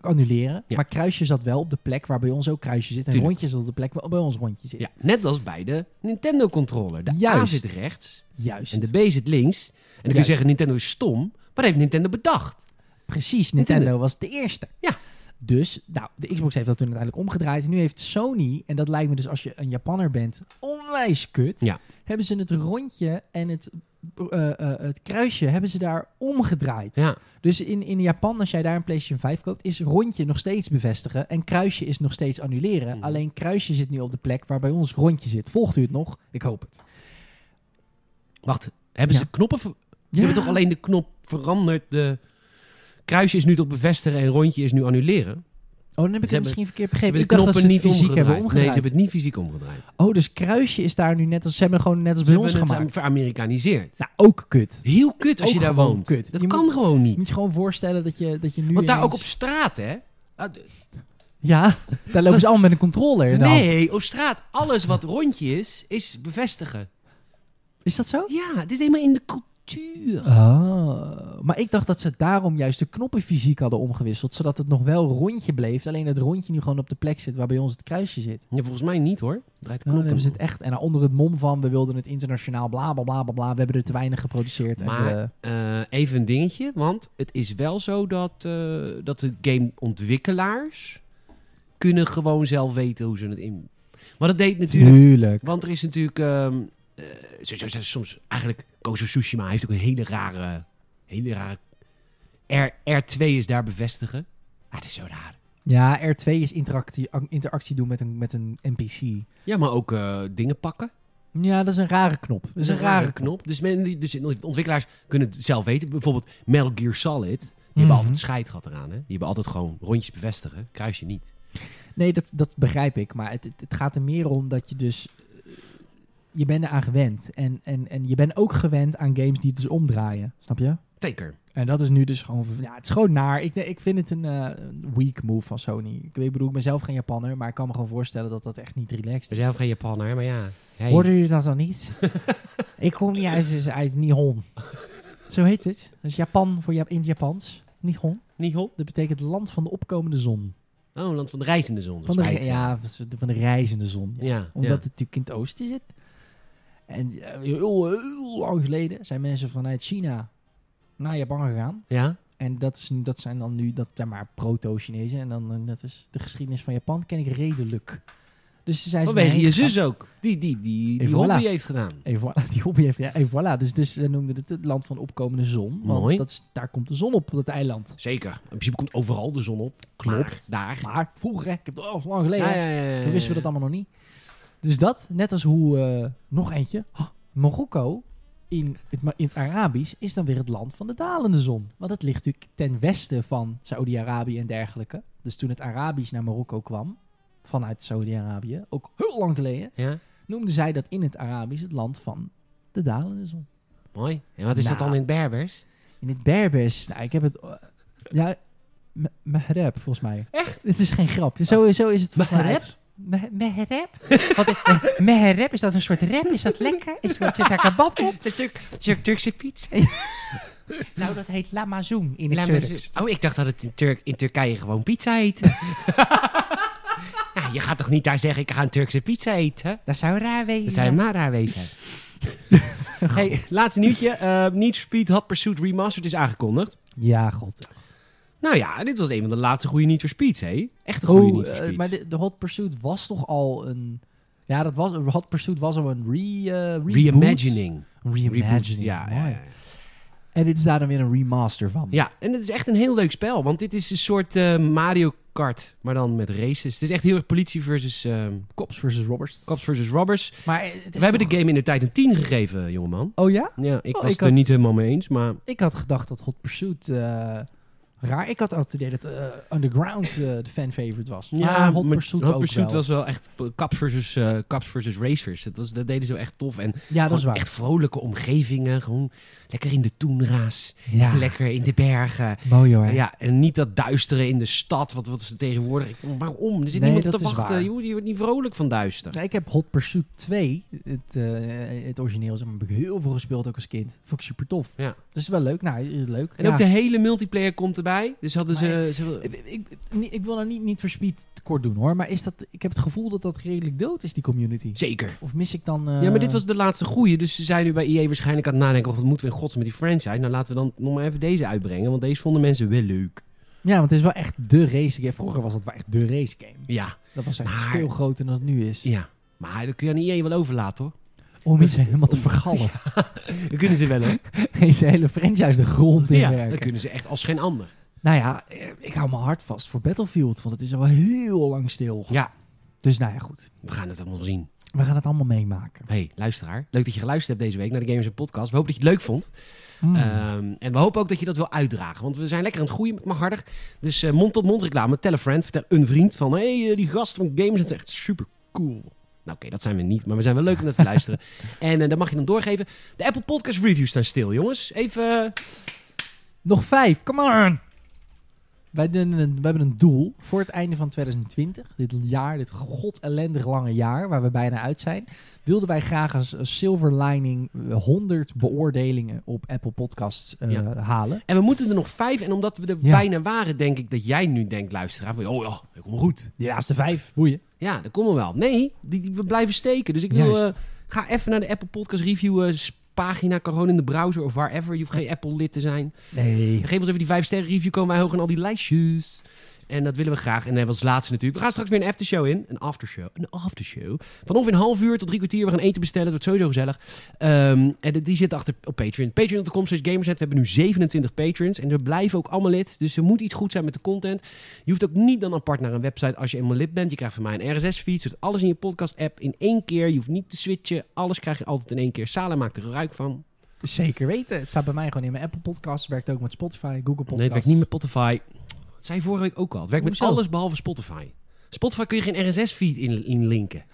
Speaker 2: annuleren.
Speaker 1: Ja.
Speaker 2: Maar kruisje zat wel op de plek waar bij ons ook kruisje zit. En
Speaker 1: Tuurlijk.
Speaker 2: rondje zat op de plek waar bij ons rondje zit.
Speaker 1: Ja, net als bij de Nintendo controller. De A
Speaker 2: Juist.
Speaker 1: zit rechts
Speaker 2: Juist.
Speaker 1: en de B zit links. En dan kun je
Speaker 2: Juist.
Speaker 1: zeggen Nintendo is stom, maar dat heeft Nintendo bedacht.
Speaker 2: Precies, Nintendo,
Speaker 1: Nintendo.
Speaker 2: was de eerste.
Speaker 1: Ja.
Speaker 2: Dus, nou, de Xbox heeft dat toen uiteindelijk omgedraaid. En nu heeft Sony, en dat lijkt me dus als je een Japanner bent, onwijs kut.
Speaker 1: Ja.
Speaker 2: Hebben ze het rondje en het, eh, eh, het kruisje hebben ze daar omgedraaid.
Speaker 1: Ja.
Speaker 2: Dus in, in Japan, als jij daar een PlayStation 5 koopt, is rondje nog steeds bevestigen. En kruisje is nog steeds annuleren.
Speaker 1: Mhm.
Speaker 2: Alleen kruisje zit nu op de plek waar bij ons rondje zit. Volgt u het nog? Ik hoop het.
Speaker 1: Wacht, hebben
Speaker 2: Ja.
Speaker 1: ze knoppen... ver- Ze hebben toch alleen de knop veranderd? De kruisje is nu tot bevestigen en rondje is nu annuleren.
Speaker 2: Oh, dan heb ik
Speaker 1: Ze
Speaker 2: het
Speaker 1: hebben-
Speaker 2: misschien verkeerd
Speaker 1: Ze
Speaker 2: begrepen.
Speaker 1: hebben
Speaker 2: Ik
Speaker 1: de
Speaker 2: dacht
Speaker 1: knoppen
Speaker 2: dat ze het
Speaker 1: niet
Speaker 2: fysiek
Speaker 1: omgedraaid.
Speaker 2: hebben
Speaker 1: Nee,
Speaker 2: omgedraaid.
Speaker 1: ze hebben het niet fysiek omgedraaid.
Speaker 2: Oh, dus kruisje is daar nu net als... Ze hebben gewoon net als bij
Speaker 1: Ze
Speaker 2: ons
Speaker 1: hebben het
Speaker 2: gemaakt.
Speaker 1: am- veramerikaniseerd.
Speaker 2: Nou, ook kut.
Speaker 1: Heel kut als
Speaker 2: Ook
Speaker 1: je daar
Speaker 2: gewoon
Speaker 1: woont.
Speaker 2: kut.
Speaker 1: Dat
Speaker 2: Je
Speaker 1: kan
Speaker 2: moet-
Speaker 1: gewoon
Speaker 2: Je
Speaker 1: niet.
Speaker 2: moet je gewoon voorstellen dat je, dat je nu
Speaker 1: Want daar ook
Speaker 2: ineens-
Speaker 1: op straat, hè? Ah, d-
Speaker 2: Ja, daar lopen ze allemaal met een controller in de hand.
Speaker 1: Nee, op straat. Alles wat rondje is, is bevestigen.
Speaker 2: Is dat zo?
Speaker 1: Ja, het is helemaal in de cultuur.
Speaker 2: Oh, maar ik dacht dat ze daarom juist de knoppen fysiek hadden omgewisseld. Zodat het nog wel rondje bleef. Alleen het rondje nu gewoon op de plek zit waar bij ons het kruisje zit.
Speaker 1: Ja, volgens mij niet hoor. Draait de
Speaker 2: Oh, dan
Speaker 1: knop
Speaker 2: hebben ze
Speaker 1: om.
Speaker 2: het echt. En onder het mom van we wilden het internationaal bla bla bla bla bla. We hebben er te weinig geproduceerd.
Speaker 1: Maar-
Speaker 2: en we-
Speaker 1: Eh, even een dingetje, want het is wel zo dat, eh, dat de gameontwikkelaars kunnen gewoon zelf weten hoe ze het in... Maar dat deed natuurlijk...
Speaker 2: Tuurlijk.
Speaker 1: Want er is natuurlijk... ehm, eh, zo- zo- zo- soms eigenlijk... Kozo Tsushima heeft ook een hele rare... Hele rare... R, R2 is daar bevestigen. Ah, dat is zo raar.
Speaker 2: Ja, R2 is interactie, interactie doen met een, met een NPC.
Speaker 1: Ja, maar ook eh, dingen pakken.
Speaker 2: Ja, dat is een rare knop. Dat is een rare knop.
Speaker 1: knop. Dus, men, die- dus de ontwikkelaars kunnen het zelf weten. Bijvoorbeeld Metal Gear Solid. Die
Speaker 2: Mhm.
Speaker 1: hebben altijd scheid gehad eraan. Hè? Die hebben altijd gewoon rondjes bevestigen. Kruisje niet.
Speaker 2: Nee, dat, dat begrijp ik. Maar het, het, het gaat er meer om dat je dus... eh, Je bent eraan gewend. En, en, en je bent ook gewend aan games die het dus omdraaien. Snap je?
Speaker 1: Zeker.
Speaker 2: En dat is nu dus gewoon... ver- Ja, het is gewoon naar. Ik, ik vind het een eh, een weak move van Sony. Ik, weet- ik bedoel, ik ben zelf geen Japanner. Maar ik kan me gewoon voorstellen dat dat echt niet relaxed
Speaker 1: We
Speaker 2: is.
Speaker 1: zijn zelf geen Japaner, maar ja. Hey.
Speaker 2: Hoorden jullie dat dan niet? ik kom niet uit, uit Nihon. Zo heet het. Dat is Japan voor Jap in het Japans. Nihon.
Speaker 1: Nihon?
Speaker 2: Dat betekent land van de opkomende zon.
Speaker 1: Oh, land van de reizende zon.
Speaker 2: Van de, re- ja, van de reizende zon. Ja.
Speaker 1: ja.
Speaker 2: Omdat het natuurlijk in het oosten zit. En eh, heel, heel lang geleden zijn mensen vanuit China naar Japan gegaan.
Speaker 1: ja. ja.
Speaker 2: En dat, is, nu- dat zijn dan nu, dat zijn maar proto-Chinezen. En dan, eh, dat is de geschiedenis van Japan, ken ik redelijk. Dus ze zijn ze
Speaker 1: Vanwege
Speaker 2: daarheen
Speaker 1: je
Speaker 2: gegaan.
Speaker 1: zus ook. Die, die, die,
Speaker 2: En
Speaker 1: die
Speaker 2: voilà.
Speaker 1: hobby heeft gedaan.
Speaker 2: En voilà, die hobby heeft... Ja, en voilà. Dus, dus ze noemden het het land van de opkomende zon. Want
Speaker 1: Mooi.
Speaker 2: Dat is, daar komt de zon op, op dat eiland.
Speaker 1: Zeker. In principe komt overal de zon op.
Speaker 2: Klopt.
Speaker 1: Daar.
Speaker 2: Maar vroeger, hè, ik heb het al lang geleden,
Speaker 1: Ja,
Speaker 2: hè,
Speaker 1: ja, ja, ja,
Speaker 2: toen wisten we
Speaker 1: ja.
Speaker 2: dat allemaal nog niet. Dus dat, net als hoe... eh, nog eentje. Oh, Marokko, in het, Ma- in het Arabisch, is dan weer het land van de dalende zon. Want dat ligt natuurlijk ten westen van Saudi-Arabië en dergelijke. Dus toen het Arabisch naar Marokko kwam, vanuit Saudi-Arabië, ook heel lang geleden,
Speaker 1: Ja,
Speaker 2: noemden zij dat in het Arabisch het land van de dalende zon.
Speaker 1: mooi. En wat is dat
Speaker 2: Nou.
Speaker 1: dan in het Berbers?
Speaker 2: In het Berbers. Nou, ik heb het. eh, ja, me- Mehreb, volgens mij. Echt? Het is geen grap. Zo, zo is het volgens mij.
Speaker 1: Mehreb?
Speaker 2: uit- Me- Mehreb? Wat is- eh, Mehreb? Is dat een soort rap? Is dat lekker? Is, wat zit daar kebab op?
Speaker 1: Het is natuurlijk Turkse pizza.
Speaker 2: Nou, dat heet lamazoen in het
Speaker 1: Laat maar
Speaker 2: Turks.
Speaker 1: eens- Oh, ik dacht dat het in, Turk, in Turkije gewoon pizza heette. nou, je gaat toch niet daar zeggen, ik ga een Turkse pizza eten?
Speaker 2: Dat zou raar wezen.
Speaker 1: Dat zijn maar raar wezen. hey, laatste nieuwtje. Eh Need for Speed Hot Pursuit Remastered is aangekondigd.
Speaker 2: Ja, god.
Speaker 1: Nou ja, dit was een van de laatste goede Need for Speeds, hè? Echt een goede
Speaker 2: Oh,
Speaker 1: Need for
Speaker 2: eh,
Speaker 1: Speeds.
Speaker 2: maar de, de Hot Pursuit was toch al een... Ja, dat was, Hot Pursuit was al een re, eh, reboot.
Speaker 1: Reimagining. Reboot,
Speaker 2: Reimagining,
Speaker 1: ja, ja,
Speaker 2: mooi.
Speaker 1: ja.
Speaker 2: En dit is daar dan weer een remaster van.
Speaker 1: Ja, en het is echt een heel leuk spel. Want dit is een soort eh, Mario Kart, maar dan met races. Het is echt heel erg politie versus ehm
Speaker 2: Cops versus Robbers.
Speaker 1: cops versus robbers.
Speaker 2: Maar eh, het
Speaker 1: We
Speaker 2: is
Speaker 1: hebben
Speaker 2: toch-
Speaker 1: de game in de tijd een 10 gegeven, jongeman.
Speaker 2: Oh ja?
Speaker 1: Ja, ik
Speaker 2: Oh,
Speaker 1: was
Speaker 2: ik
Speaker 1: het er
Speaker 2: had-
Speaker 1: niet helemaal mee eens, maar...
Speaker 2: Ik had gedacht dat Hot Pursuit eh, raar. Ik had altijd het idee dat eh, Underground eh, de fanfavorite was. maar Hot
Speaker 1: maar
Speaker 2: Pursuit
Speaker 1: Hot
Speaker 2: ook
Speaker 1: Pursuit
Speaker 2: wel.
Speaker 1: was wel echt eh, cops versus, eh, cops versus racers. Dat, was, dat deden ze wel echt tof. En
Speaker 2: Ja, dat is
Speaker 1: gewoon
Speaker 2: waar.
Speaker 1: echt vrolijke omgevingen. Gewoon lekker in de toenraas.
Speaker 2: Ja,
Speaker 1: Lekker in de bergen.
Speaker 2: mooi hoor.
Speaker 1: Ja, en niet dat duisteren in de stad. Wat, wat is het tegenwoordig? Ik- Waarom? Er zit
Speaker 2: Nee,
Speaker 1: niemand op
Speaker 2: dat
Speaker 1: te
Speaker 2: is
Speaker 1: wachten.
Speaker 2: waar.
Speaker 1: Je wordt, je wordt niet vrolijk van duister.
Speaker 2: Nee, ik heb Hot Pursuit 2, het, eh, het origineel, zeg maar, heb ik heel veel gespeeld ook als kind. Vond ik super tof.
Speaker 1: Ja.
Speaker 2: Dus wel leuk. Nou, eh, leuk.
Speaker 1: En
Speaker 2: Ja.
Speaker 1: ook de hele multiplayer komt erbij. erbij. Dus hadden ze...
Speaker 2: Maar-
Speaker 1: ze
Speaker 2: Ik, ik, ik- ik wil nou niet, niet voor speed tekort doen hoor, maar is dat, ik heb het gevoel dat dat redelijk dood is, die community.
Speaker 1: zeker.
Speaker 2: Of mis ik dan... eh,
Speaker 1: Ja, maar dit was de laatste goeie. Dus ze zijn nu bij EA waarschijnlijk aan het nadenken... wat moeten we in gods met die franchise? Nou, laten we dan nog maar even deze uitbrengen. Want deze vonden mensen wel leuk.
Speaker 2: Ja, want het is wel echt de race game. Vroeger was dat wel echt de race game.
Speaker 1: Ja,
Speaker 2: Dat was echt
Speaker 1: Maar-
Speaker 2: veel groter dan het nu is.
Speaker 1: ja. Maar dat kun je aan EA wel overlaten, hoor.
Speaker 2: Om mensen helemaal te vergallen.
Speaker 1: Dat kunnen ze wel, hoor.
Speaker 2: Deze hele franchise de grond in
Speaker 1: Ja,
Speaker 2: werken.
Speaker 1: dat kunnen ze echt als geen ander.
Speaker 2: Nou ja, eh, ik hou me hard vast voor Battlefield, want het is al wel heel lang stil.
Speaker 1: Ja,
Speaker 2: Dus nou ja, goed.
Speaker 1: we gaan het allemaal wel zien.
Speaker 2: We gaan het allemaal meemaken.
Speaker 1: Hey, luisteraar. Leuk dat je geluisterd hebt deze week naar de Gamers en Podcast. We hopen dat je het leuk vond.
Speaker 2: Hmm.
Speaker 1: Ehm, en we hopen ook dat je dat wil uitdragen. Want we zijn lekker aan het groeien, het mag harder. Dus eh, mond-tot-mond reclame. Tel een friend, vertel een vriend van... Hé, hey, eh, die gast van Games, dat is echt super cool. Nou oké, dat zijn we niet, maar we zijn wel leuk om dat te luisteren. En eh, dat mag je dan doorgeven. De Apple Podcast Reviews staan stil, jongens. Even... eh,
Speaker 2: Nog vijf, come on! Wij doen een, we hebben een doel voor het einde van 2020. Dit jaar, dit godellendig lange jaar waar we bijna uit zijn. Wilden wij graag als, als silver lining eh, 100 beoordelingen op Apple Podcasts eh,
Speaker 1: Ja.
Speaker 2: halen.
Speaker 1: En we moeten er nog vijf. En omdat we er
Speaker 2: Ja.
Speaker 1: bijna waren, denk ik dat jij nu denkt, luisteraar... van, oh ja, dat komt goed.
Speaker 2: Die laatste vijf, boeien.
Speaker 1: Ja, dat komen we wel. Nee, die, die- we blijven steken. Dus ik wil...
Speaker 2: Juist.
Speaker 1: eh, ga even naar de Apple Podcast Review... eh, pagina kan gewoon in de browser of wherever. Je hoeft geen Apple-lid te zijn.
Speaker 2: Nee.
Speaker 1: Geef ons even die 5 sterren review, komen wij hoog in al die lijstjes. En dat willen we graag. En eh, dan hebben we als laatste natuurlijk. We gaan straks weer een aftershow in. Een aftershow. Een aftershow. Van ongeveer een half uur tot drie kwartier. We gaan eten bestellen. Het wordt sowieso gezellig. Ehm, en de- die zit achter op Patreon. Patreon.com slash Gamerset. We hebben nu 27 patrons. En er blijven ook allemaal lid. Dus er moet iets goed zijn met de content. Je hoeft ook niet dan apart naar een website als je eenmaal lid bent. Je krijgt van mij een RSS-feed. Zodat alles in je podcast-app in één keer. Je hoeft niet te switchen. Alles krijg je altijd in één keer. Salem maakt er ruik van.
Speaker 2: Zeker weten. Het staat bij mij gewoon in mijn Apple Podcasts. Werkt ook met Spotify, Google Podcasts.
Speaker 1: Nee, het werkt niet met Spotify. Dat zei je vorige week ook al. Het werkt met
Speaker 2: Hoezo?
Speaker 1: alles behalve Spotify. Spotify kun je geen RSS-feed in, in linken.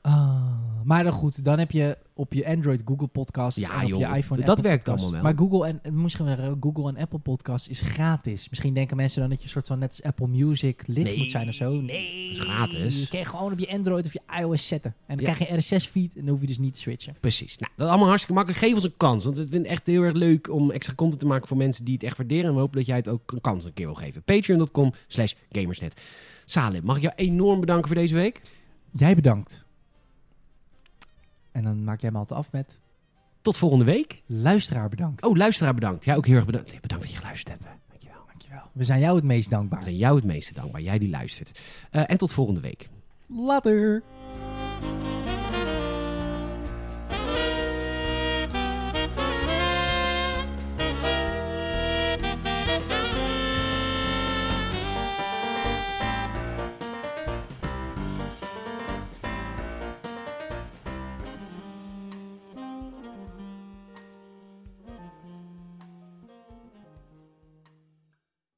Speaker 2: Ah, maar dan goed, dan heb je op je Android Google Podcasts
Speaker 1: Ja,
Speaker 2: en
Speaker 1: joh,
Speaker 2: op je iPhone
Speaker 1: dat
Speaker 2: Apple
Speaker 1: werkt
Speaker 2: Podcasts.
Speaker 1: allemaal wel.
Speaker 2: Maar Google en, eh, misschien wel, eh, Google en Apple Podcasts is gratis. Misschien denken mensen dan dat je soort van net als Apple Music lid
Speaker 1: Nee,
Speaker 2: moet zijn of zo.
Speaker 1: dat is gratis.
Speaker 2: Je kan je gewoon op je Android of je iOS zetten. En dan
Speaker 1: Ja.
Speaker 2: krijg je RSS-feed en dan hoef je dus niet te switchen.
Speaker 1: Precies. Nou, dat is allemaal hartstikke makkelijk. Geef ons een kans. Want het vindt echt heel erg leuk om extra content te maken voor mensen die het echt waarderen. En we hopen dat jij het ook een kans een keer wil geven. Patreon.com slash Gamersnet. Salim, mag ik jou enorm bedanken voor deze week.
Speaker 2: Jij bedankt. En dan maak jij me altijd af met
Speaker 1: Tot volgende week.
Speaker 2: luisteraar bedankt.
Speaker 1: Oh, luisteraar bedankt. Jij ook heel erg bedankt. Nee, bedankt dat je geluisterd hebt. hè. Dankjewel.
Speaker 2: Dankjewel. We zijn jou het meest
Speaker 1: We
Speaker 2: dankbaar.
Speaker 1: zijn jou het meeste dankbaar. Jij die luistert. Eh, en tot volgende week.
Speaker 2: Later.